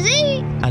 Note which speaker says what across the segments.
Speaker 1: I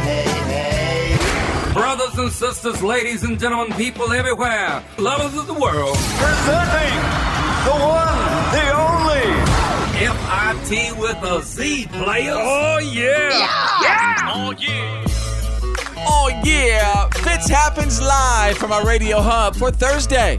Speaker 2: hey, hey.
Speaker 3: Brothers and sisters, ladies and gentlemen, people everywhere, lovers of the world,
Speaker 4: Presenting the one, the only.
Speaker 3: FIT with a Z player. Oh, yeah.
Speaker 5: Oh yeah, Fitz happens live from our radio hub for Thursday,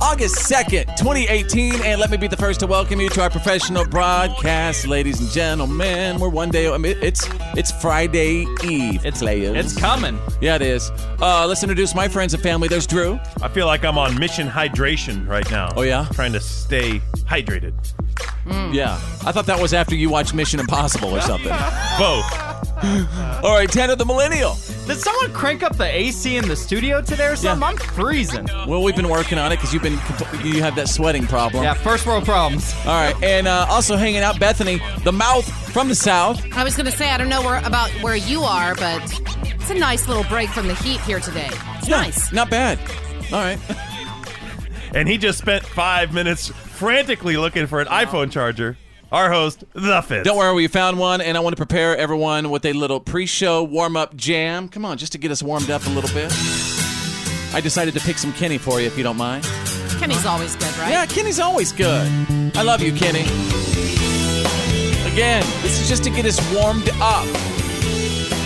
Speaker 5: August 2nd, 2018. And let me be the first to welcome you to our professional broadcast, ladies and gentlemen. We're one day, I mean, it's it's Friday Eve.
Speaker 6: It's
Speaker 5: players.
Speaker 6: It's coming.
Speaker 5: yeah, it is. Uh, let's introduce my friends and family. There's Drew.
Speaker 4: I feel like I'm on mission hydration right now.
Speaker 5: Oh, yeah?
Speaker 4: Trying to stay hydrated.
Speaker 6: Hmm.
Speaker 5: Yeah, I thought that was after you watched Mission Impossible or something.
Speaker 4: Both.
Speaker 5: All right, Tanner the Millennial.
Speaker 6: Did someone crank up the AC in the studio today or something?
Speaker 5: Yeah.
Speaker 6: I'm freezing.
Speaker 5: Well, we've been working on it because you've been compl- you have that sweating problem.
Speaker 6: Yeah, first world problems.
Speaker 5: All right, and uh, also hanging out, Bethany, the mouth from the south.
Speaker 7: I was going to say, I don't know where, about where you are, but it's a nice little break from the heat here today. It's
Speaker 5: Yeah,
Speaker 7: nice.
Speaker 5: Not bad. All right.
Speaker 4: And he just spent five minutes frantically looking for an iPhone charger. Our host, The Fitz.
Speaker 5: Don't worry, we found one, and I want to prepare everyone with a little pre show warm up jam. Come on, just to get us warmed up a little bit. I decided to pick some Kenny for you if you don't mind.
Speaker 7: Kenny's always good, right?
Speaker 5: Yeah, Kenny's always good. I love you, Kenny. Again, this is just to get us warmed up.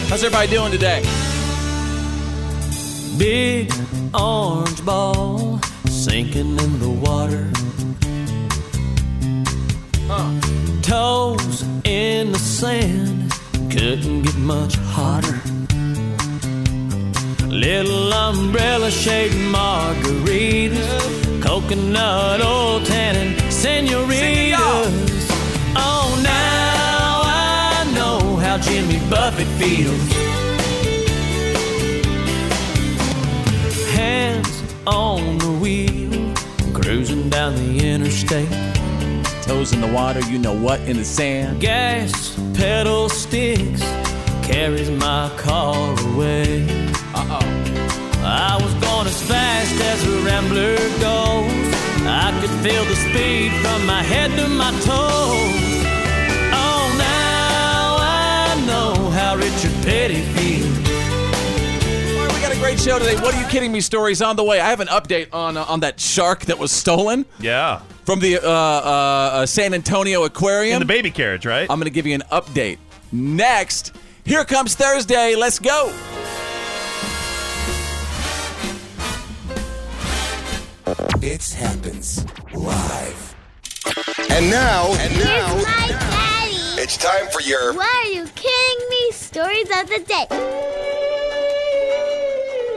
Speaker 5: How's everybody doing today?
Speaker 3: Big orange ball sinking in the water. Toes in the sand, couldn't get much hotter. Little umbrella shaped margaritas, coconut oil tannin, senoritas. Oh, now I know how Jimmy Buffett feels. hands on the wheel, cruising down the interstate.
Speaker 5: Toes in the water, you know what, in the sand.
Speaker 3: Gas pedal sticks carries my car away. Uh-oh. I was going as fast as a rambler goes. I could feel the speed from my head to my toes. Oh, now I know how Richard Petty feels.
Speaker 5: All right, we got a great show today. What are you kidding me? Stories on the way. I have an update on uh, on that shark that was stolen.
Speaker 4: Yeah.
Speaker 5: from the uh, uh, uh, San Antonio Aquarium.
Speaker 4: In the baby carriage, right?
Speaker 5: I'm going to give you an update. Next, here comes Thursday. Let's go.
Speaker 2: It happens live. And now, and
Speaker 8: Here's my daddy.
Speaker 2: it's time for your
Speaker 8: Why are you kidding me? Stories of the day.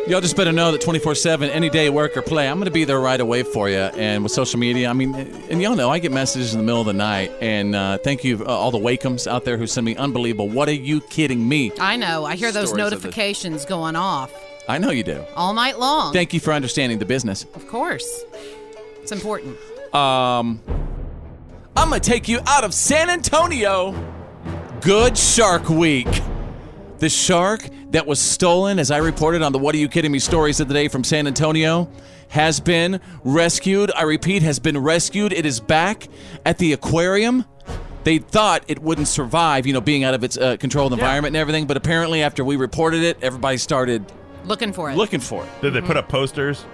Speaker 5: Y'all just better know that 24 7, any day, work or play, I'm going to be there right away for you. And with social media, I mean, and y'all know I get messages in the middle of the night. And uh, thank you, uh, all the Wakems out there who send me unbelievable. What are you kidding me?
Speaker 7: I know. I hear those
Speaker 5: Stories of the-
Speaker 7: notifications going off
Speaker 5: I know you do.
Speaker 7: all night long.
Speaker 5: Thank you for understanding the business.
Speaker 7: of course. It's important.
Speaker 5: Um, I'm gonna take you out of San Antonio. Good Shark Week. The shark that was stolen, as I reported on the What Are You Kidding Me stories of the day from San Antonio, has been rescued. I repeat, has been rescued. It is back at the aquarium. They thought it wouldn't survive, you know, being out of its uh, controlled environment and everything, but apparently, after we reported it, everybody started
Speaker 7: Looking for it.
Speaker 5: looking for it.
Speaker 4: Did they put up posters?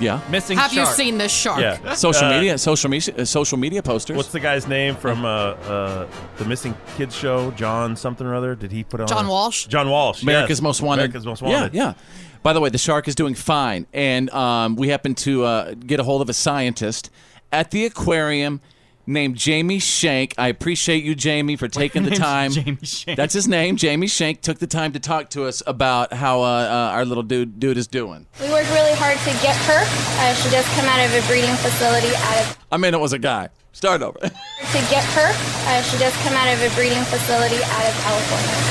Speaker 5: Yeah.
Speaker 6: Missing
Speaker 7: Have you
Speaker 6: shark.
Speaker 7: seen this shark?
Speaker 4: Yeah.
Speaker 5: Social
Speaker 4: Uh,
Speaker 5: media, social media, uh, social media posters.
Speaker 4: What's the guy's name from uh, uh, the missing kids show? John something or other. Did he put on
Speaker 7: John Walsh?
Speaker 4: John Walsh.
Speaker 5: America's
Speaker 4: yes.
Speaker 5: Most Wanted.
Speaker 4: America's Most Wanted.
Speaker 5: Yeah, yeah. By the way, the shark is doing fine, and um, we happened to uh, get a hold of a scientist at the aquarium named Jamie Shank. I appreciate you, Jamie, for taking the
Speaker 6: name's
Speaker 5: time.
Speaker 6: Jamie Shank?
Speaker 5: That's his name. Jamie Shank took the time to talk to us about how uh, uh, our little dude dude is doing.
Speaker 9: We worked really hard to get her. Uh, she does come out of a breeding facility out of
Speaker 5: I mean, it was a guy. Start over.
Speaker 9: to get her. Uh, she does come out of a breeding facility out of California.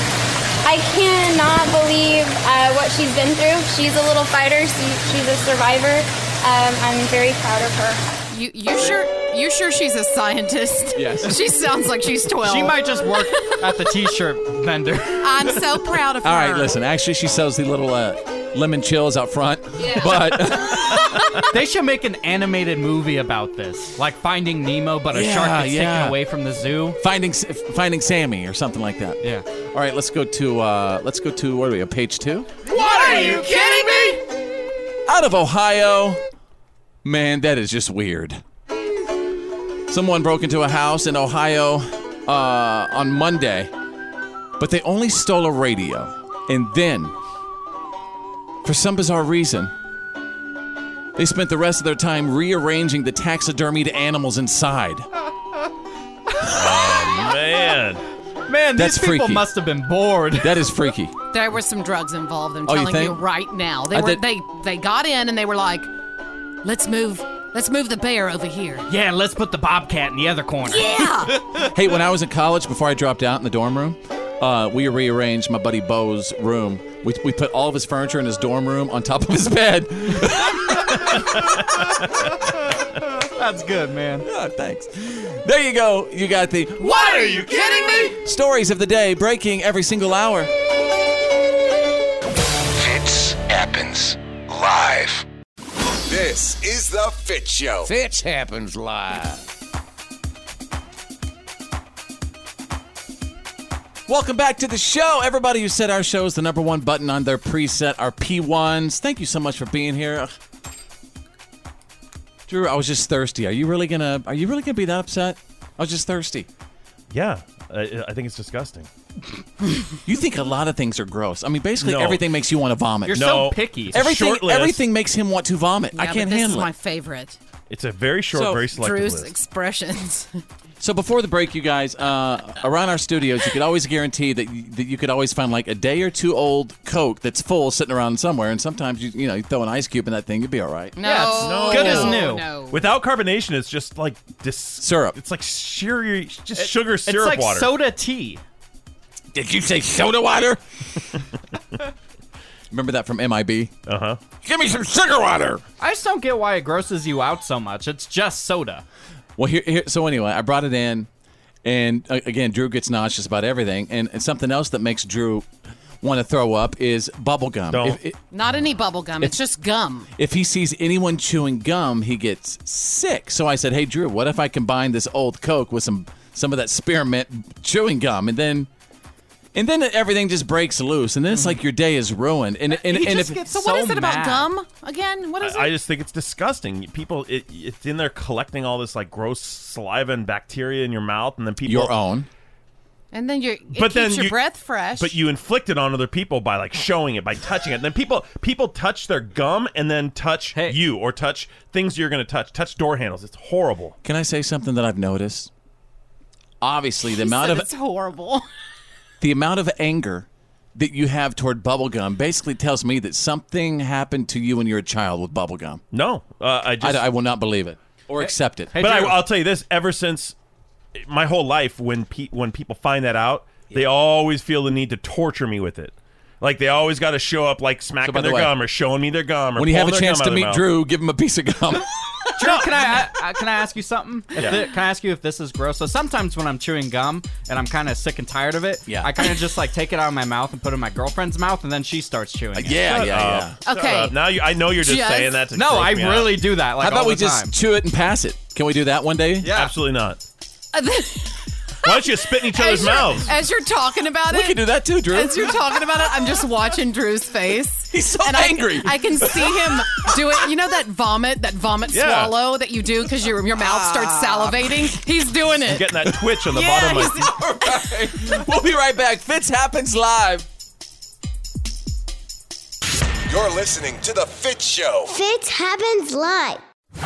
Speaker 9: I cannot believe uh, what she's been through. She's a little fighter. She, she's a survivor. Um, I'm very proud of her.
Speaker 7: You, you sure? You sure she's a scientist?
Speaker 5: Yes.
Speaker 7: She sounds like she's twelve.
Speaker 6: She might just work at the t-shirt vendor.
Speaker 7: I'm so proud of
Speaker 5: All
Speaker 7: her.
Speaker 5: right, listen. Actually, she sells the little uh, lemon chills out front. But
Speaker 6: They should make an animated movie about this, like Finding Nemo, but a
Speaker 5: Yeah,
Speaker 6: shark gets
Speaker 5: yeah.
Speaker 6: taken away from the zoo.
Speaker 5: finding S- finding Sammy or something like that.
Speaker 6: Yeah.
Speaker 5: All right, let's go to uh, let's go to what are we? on Page two.
Speaker 6: What are you kidding me?
Speaker 5: out of Ohio. Man, that is just weird. Someone broke into a house in Ohio uh, on Monday, but they only stole a radio. And then, for some bizarre reason, they spent the rest of their time rearranging the taxidermied animals inside.
Speaker 4: Man.
Speaker 6: Man,
Speaker 5: That's
Speaker 6: these people
Speaker 5: freaky.
Speaker 6: must have been bored.
Speaker 5: That is freaky.
Speaker 7: There were some drugs involved. I'm
Speaker 5: Oh, you
Speaker 7: telling
Speaker 5: think?
Speaker 7: right now. They
Speaker 5: I
Speaker 7: were
Speaker 5: did-
Speaker 7: they they got in and they were like, let's move, let's move the bear over here.
Speaker 6: Yeah, let's put the bobcat in the other corner.
Speaker 7: Yeah.
Speaker 5: Hey, when I was in college, before I dropped out in the dorm room, uh, we rearranged my buddy Bo's room. We, we put all of his furniture in his dorm room on top of his bed.
Speaker 6: That's good, man.
Speaker 5: Oh, thanks. There you go. You got the What are you kidding me? Stories of the day breaking every single hour.
Speaker 1: Fits happens live.
Speaker 10: This is the Fit Show.
Speaker 11: Fitch happens live.
Speaker 5: Welcome back to the show. Everybody who said our show is the number one button on their preset, our P1s. Thank you so much for being here. Ugh. Drew, I was just thirsty. Are you really gonna are you really gonna be that upset? I was just thirsty.
Speaker 4: Yeah. I, I think it's disgusting.
Speaker 5: You think a lot of things are gross. I mean basically
Speaker 4: No.
Speaker 5: everything makes you want to vomit.
Speaker 6: You're
Speaker 4: No.
Speaker 6: so picky.
Speaker 5: everything
Speaker 4: short list.
Speaker 5: everything makes him want to vomit. I
Speaker 7: Yeah,
Speaker 5: can't
Speaker 7: but this
Speaker 5: handle
Speaker 7: is
Speaker 5: it.
Speaker 7: my favorite.
Speaker 4: It's a very short,
Speaker 5: So,
Speaker 4: very selective
Speaker 7: Drew's
Speaker 4: list.
Speaker 7: expressions.
Speaker 5: So before the break, you guys, uh, around our studios, you could always guarantee that you, that you could always find like a day or two old Coke that's full sitting around somewhere. And sometimes you you know you throw an ice cube in that thing, you'd be all right.
Speaker 7: No.
Speaker 6: no. Good as new.
Speaker 7: No.
Speaker 4: Without carbonation, it's just like dis-
Speaker 5: Syrup.
Speaker 4: It's like sugary, just sugar
Speaker 6: It's
Speaker 4: syrup
Speaker 6: like
Speaker 4: water.
Speaker 6: soda tea.
Speaker 5: Did you say soda water? Remember that from MIB?
Speaker 4: uh huh.
Speaker 5: Give me some sugar water.
Speaker 6: I just don't get why it grosses you out so much. It's just soda.
Speaker 5: Well, here, here so anyway, I brought it in, and uh, again, Drew gets nauseous about everything. And, and something else that makes Drew want to throw up is bubble gum.
Speaker 4: Don't.
Speaker 5: If- if-
Speaker 7: Not any bubble gum. It's just gum.
Speaker 5: if he sees anyone chewing gum, he gets sick. So I said, "Hey Drew, what if I combine this old Coke with some some of that spearmint chewing gum?" And then and then everything just breaks loose, and then it's
Speaker 4: Mm-hmm.
Speaker 5: like your day is ruined. And and,
Speaker 6: He
Speaker 5: and
Speaker 6: just
Speaker 5: if
Speaker 6: gets
Speaker 7: So, what is it about
Speaker 6: mad.
Speaker 7: gum again? What is
Speaker 4: I, I
Speaker 7: it?
Speaker 4: just think it's disgusting. People, it, it's in there collecting all this like gross saliva and bacteria in your mouth, and then people
Speaker 5: your own,
Speaker 7: and then you're. It
Speaker 4: But
Speaker 7: keeps
Speaker 4: then
Speaker 7: your
Speaker 4: you-
Speaker 7: breath fresh.
Speaker 4: But you inflict it on other people by like showing it, by touching it. And then people people touch their gum and then touch
Speaker 6: Hey.
Speaker 4: you or touch things you're gonna touch, touch door handles. It's horrible.
Speaker 5: can I say something that I've noticed? Obviously, the amount
Speaker 7: Said
Speaker 5: of
Speaker 7: it's horrible.
Speaker 5: the amount of anger that you have toward bubblegum basically tells me that something happened to you when you were a child with bubblegum.
Speaker 4: No, uh, I just.
Speaker 5: I, I will not believe it or accept it.
Speaker 4: but I,
Speaker 6: Drew.
Speaker 4: I'll tell you this: ever since my whole life, when pe- when people find that out, they always feel the need to torture me with it. Like they always got to show up, like smacking
Speaker 5: by the
Speaker 4: their
Speaker 5: way,
Speaker 4: gum or showing me their gum. Or
Speaker 5: When you have a
Speaker 4: pulling their
Speaker 5: chance
Speaker 4: gum
Speaker 5: to
Speaker 4: out of their
Speaker 5: meet
Speaker 4: mouth.
Speaker 5: Drew, give him a piece of gum.
Speaker 6: Drew, can I, I I- can I ask you something? If
Speaker 4: Yeah.
Speaker 6: thi- can I ask you if this is gross? So sometimes when I'm chewing gum and I'm kind of sick and tired of it,
Speaker 5: Yeah.
Speaker 6: I kind of just like take it out of my mouth and put it in my girlfriend's mouth, and then she starts chewing. it.
Speaker 5: Yeah,
Speaker 4: Shut
Speaker 5: yeah,
Speaker 4: up.
Speaker 5: yeah.
Speaker 4: Shut
Speaker 7: Okay.
Speaker 4: up. Now you, I know you're just,
Speaker 7: Just-
Speaker 4: saying that. To
Speaker 6: No,
Speaker 4: gross
Speaker 6: I
Speaker 4: me out.
Speaker 6: really do that. Like
Speaker 5: How about
Speaker 6: all
Speaker 5: we
Speaker 6: the
Speaker 5: just
Speaker 6: time.
Speaker 5: chew it and pass it? Can we do that one day?
Speaker 6: Yeah.
Speaker 4: Absolutely not. Why don't you spit in each
Speaker 7: as,
Speaker 4: other's
Speaker 7: you're,
Speaker 4: mouths?
Speaker 7: as you're talking about
Speaker 5: We
Speaker 7: it,
Speaker 5: can do that too, Drew.
Speaker 7: as you're talking about it, I'm just watching Drew's face.
Speaker 5: He's so
Speaker 7: and
Speaker 5: angry.
Speaker 7: I, I can see him do it. You know that vomit, that vomit
Speaker 4: Yeah.
Speaker 7: swallow that you do because your your mouth starts salivating. He's doing it.
Speaker 4: Getting that twitch on the
Speaker 7: Yeah,
Speaker 4: bottom of
Speaker 7: he's-
Speaker 4: my.
Speaker 5: All right. We'll be right back. Fitz happens live.
Speaker 1: You're listening to the Fit Show.
Speaker 8: Fits happens live.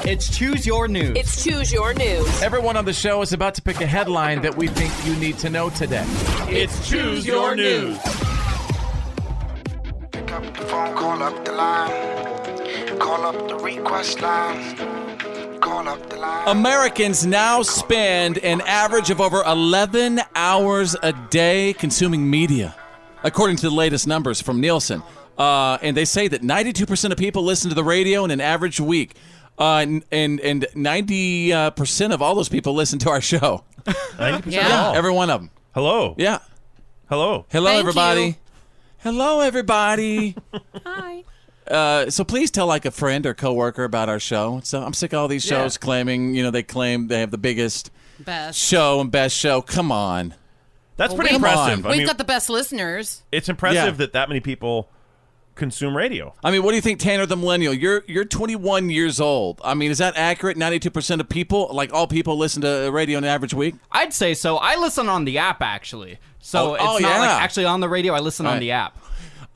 Speaker 6: It's choose your news.
Speaker 12: It's Choose Your News.
Speaker 5: Everyone on the show is about to pick a headline that we think you need to know today.
Speaker 4: It's choose your news.
Speaker 1: Pick up the phone, call up the line. Call up the request line. Call up the line.
Speaker 2: Um,
Speaker 5: Americans now spend an average of over 11 hours a day consuming media, according to the latest numbers from Nielsen. Uh, and they say that 92% of people listen to the radio in an average week. Uh, n- and and ninety uh, percent of all those people listen to our show.
Speaker 4: 90%
Speaker 7: Yeah.
Speaker 4: off.
Speaker 5: Every one of them.
Speaker 4: Hello.
Speaker 5: Yeah.
Speaker 4: Hello.
Speaker 5: Hello,
Speaker 7: Thank
Speaker 5: everybody.
Speaker 7: you.
Speaker 5: Hello, everybody.
Speaker 7: Hi.
Speaker 5: Uh, so please tell like a friend or coworker about our show. So I'm sick of all these shows claiming, you know, they claim they have the biggest
Speaker 7: Best.
Speaker 5: show and best show. Come on.
Speaker 4: That's
Speaker 7: Well,
Speaker 4: pretty
Speaker 7: we-
Speaker 4: impressive.
Speaker 5: Come
Speaker 4: I
Speaker 7: We've
Speaker 4: mean,
Speaker 7: got the best listeners.
Speaker 4: it's impressive
Speaker 5: Yeah.
Speaker 4: that that many people consume radio.
Speaker 5: I mean, what do you think, Tanner the Millennial? You're you're 21 years old. I mean, is that accurate? 92% of people, like all people, listen to radio in an average week.
Speaker 6: I'd say so. I listen on the app actually. So
Speaker 5: Oh,
Speaker 6: it's
Speaker 5: oh,
Speaker 6: not
Speaker 5: yeah.
Speaker 6: like actually on the radio. I listen
Speaker 5: Right.
Speaker 6: on the app.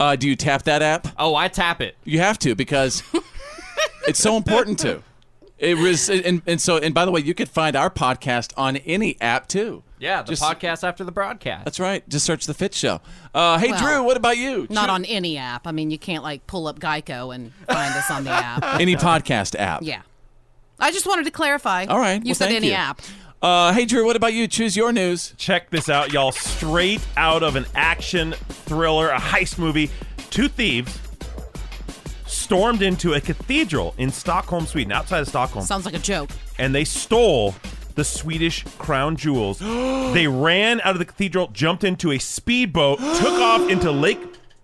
Speaker 5: Uh, do you tap that app?
Speaker 6: Oh, I tap it.
Speaker 5: You have to because it's so important to. It was, and, and so, and by the way, you could find our podcast on any app too.
Speaker 6: Yeah, the
Speaker 5: Just-
Speaker 6: podcast after the broadcast.
Speaker 5: That's right. Just search the Fit Show. Uh, hey,
Speaker 7: Well,
Speaker 5: Drew, what about you?
Speaker 7: Not
Speaker 5: Drew-
Speaker 7: on any app. I mean, you can't like pull up Geico and find us on the app.
Speaker 5: any podcast app.
Speaker 7: Yeah. I just wanted to clarify.
Speaker 5: All right.
Speaker 7: You
Speaker 5: well,
Speaker 7: said
Speaker 5: thank
Speaker 7: any
Speaker 5: you.
Speaker 7: app.
Speaker 5: Uh, hey, Drew, what about you? Choose your news.
Speaker 4: Check this out, y'all. Straight out of an action thriller, a heist movie, two thieves stormed into a cathedral in Stockholm, Sweden, outside of Stockholm,
Speaker 7: Sounds like a joke.
Speaker 4: and they stole the Swedish crown jewels. they ran out of the cathedral, jumped into a speedboat, took off into Lake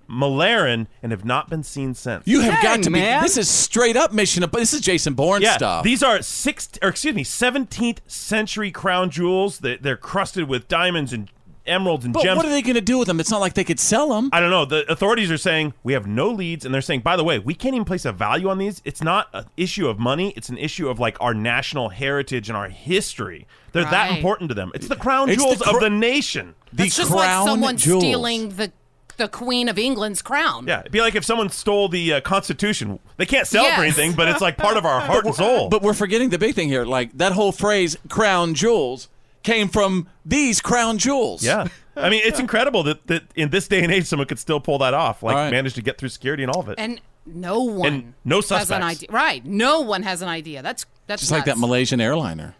Speaker 4: Malaren, and have not been seen since.
Speaker 5: You have got
Speaker 6: Dang,
Speaker 5: to
Speaker 6: man.
Speaker 5: be. This is straight up mission. But this is Jason Bourne
Speaker 4: yeah,
Speaker 5: stuff.
Speaker 4: these are sixth or excuse me, seventeenth century crown jewels. They, they're crusted with diamonds and emeralds and
Speaker 5: but
Speaker 4: gems.
Speaker 5: what are they going to do with them? It's not like they could sell them.
Speaker 4: I don't know. The authorities are saying we have no leads, and they're saying, by the way, we can't even place a value on these. It's not an issue of money; it's an issue of like our national heritage and our history. They're that
Speaker 7: Right.
Speaker 4: important to them. It's the crown
Speaker 5: It's the
Speaker 4: jewels
Speaker 5: cr-
Speaker 4: of the nation.
Speaker 5: the
Speaker 7: It's just
Speaker 5: crown
Speaker 7: like someone
Speaker 5: jewels.
Speaker 7: stealing the the Queen of England's crown.
Speaker 4: Yeah, it'd be like if someone stole the uh, Constitution. They can't sell it for
Speaker 7: Yes.
Speaker 4: anything, but it's like part of our heart and soul.
Speaker 5: But we're forgetting the big thing here. Like that whole phrase "crown jewels" came from these crown jewels.
Speaker 4: yeah, I mean, it's incredible that, that in this day and age, someone could still pull that off. Like,
Speaker 5: All right.
Speaker 4: manage to get through security and all of it.
Speaker 7: And no one
Speaker 4: And no
Speaker 7: has an
Speaker 4: suspects.
Speaker 7: idea. Right. No one has an idea. That's that's
Speaker 5: Just like that
Speaker 7: nuts.
Speaker 5: Malaysian airliner.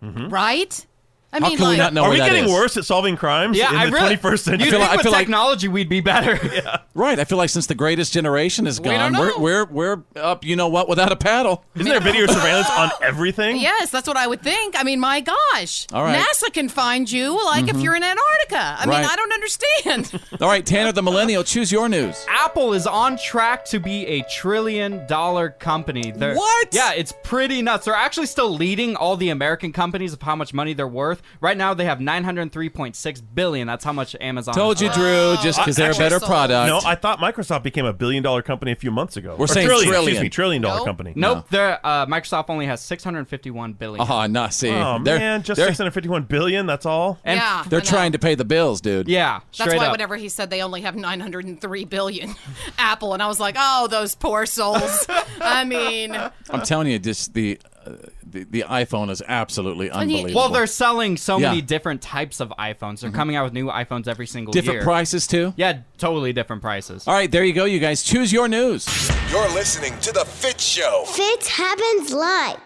Speaker 4: Hmm?
Speaker 7: right? I
Speaker 5: How
Speaker 7: mean
Speaker 5: can we
Speaker 7: like
Speaker 5: not know
Speaker 4: are
Speaker 5: where
Speaker 4: we
Speaker 5: that
Speaker 4: getting
Speaker 5: is?
Speaker 4: worse at solving crimes
Speaker 6: yeah,
Speaker 4: in
Speaker 6: I
Speaker 4: the
Speaker 6: really,
Speaker 4: 21st century?
Speaker 6: You
Speaker 5: feel
Speaker 6: think
Speaker 5: like- I
Speaker 6: with
Speaker 5: feel like-
Speaker 6: technology we'd be better?
Speaker 5: Right. I feel like since the greatest generation is gone,
Speaker 7: don't
Speaker 5: we're,
Speaker 7: know.
Speaker 5: we're we're up. You know what? Without a paddle.
Speaker 4: Isn't there video surveillance on everything?
Speaker 7: Yes, that's what I would think. I mean, my gosh.
Speaker 5: All right. Mm-hmm.
Speaker 7: NASA can find you like if you're in Antarctica. I
Speaker 5: Right.
Speaker 7: mean, I don't understand.
Speaker 5: All right, Tanner the Millennial, choose your news.
Speaker 6: Apple is on track to be a trillion dollar company. They're,
Speaker 5: What?
Speaker 6: Yeah, it's pretty nuts. They're actually still leading all the American companies of how much money they're worth. Right now, they have 903.6 billion. That's how much Amazon.
Speaker 5: Told
Speaker 6: is
Speaker 5: you,
Speaker 6: worth.
Speaker 5: Drew, just because they're a
Speaker 7: actually
Speaker 5: better
Speaker 7: sold.
Speaker 5: product.
Speaker 4: No, I thought Microsoft became a billion dollar company a few months ago.
Speaker 5: We're
Speaker 4: Or
Speaker 5: saying
Speaker 4: trillion,
Speaker 5: trillion.
Speaker 4: Excuse me, trillion dollar
Speaker 7: Nope.
Speaker 4: company.
Speaker 6: Nope, they're, uh, Microsoft only has 651 billion.
Speaker 5: Oh, no, see.
Speaker 4: Oh
Speaker 5: they're,
Speaker 4: man, just
Speaker 5: they're,
Speaker 4: six hundred fifty-one billion. That's all.
Speaker 6: And
Speaker 7: yeah.
Speaker 5: They're
Speaker 7: I know.
Speaker 5: trying to pay the bills, dude.
Speaker 6: Yeah,
Speaker 7: That's
Speaker 6: straight
Speaker 7: why
Speaker 6: up.
Speaker 7: whenever he said they only have 903 billion Apple and I was like, "Oh, those poor souls." I mean,
Speaker 5: I'm telling you, just the, uh, the the iPhone is absolutely
Speaker 7: you-
Speaker 5: unbelievable.
Speaker 6: Well, they're selling so
Speaker 5: Yeah. Mm-hmm.
Speaker 6: many different types of iPhones. They're coming out with new iPhones every single
Speaker 5: different
Speaker 6: year.
Speaker 5: prices too.
Speaker 6: Yeah, totally different prices.
Speaker 5: All right, there you go, you guys. Choose your news.
Speaker 10: You're listening to The Fit Show.
Speaker 8: Fitz happens live.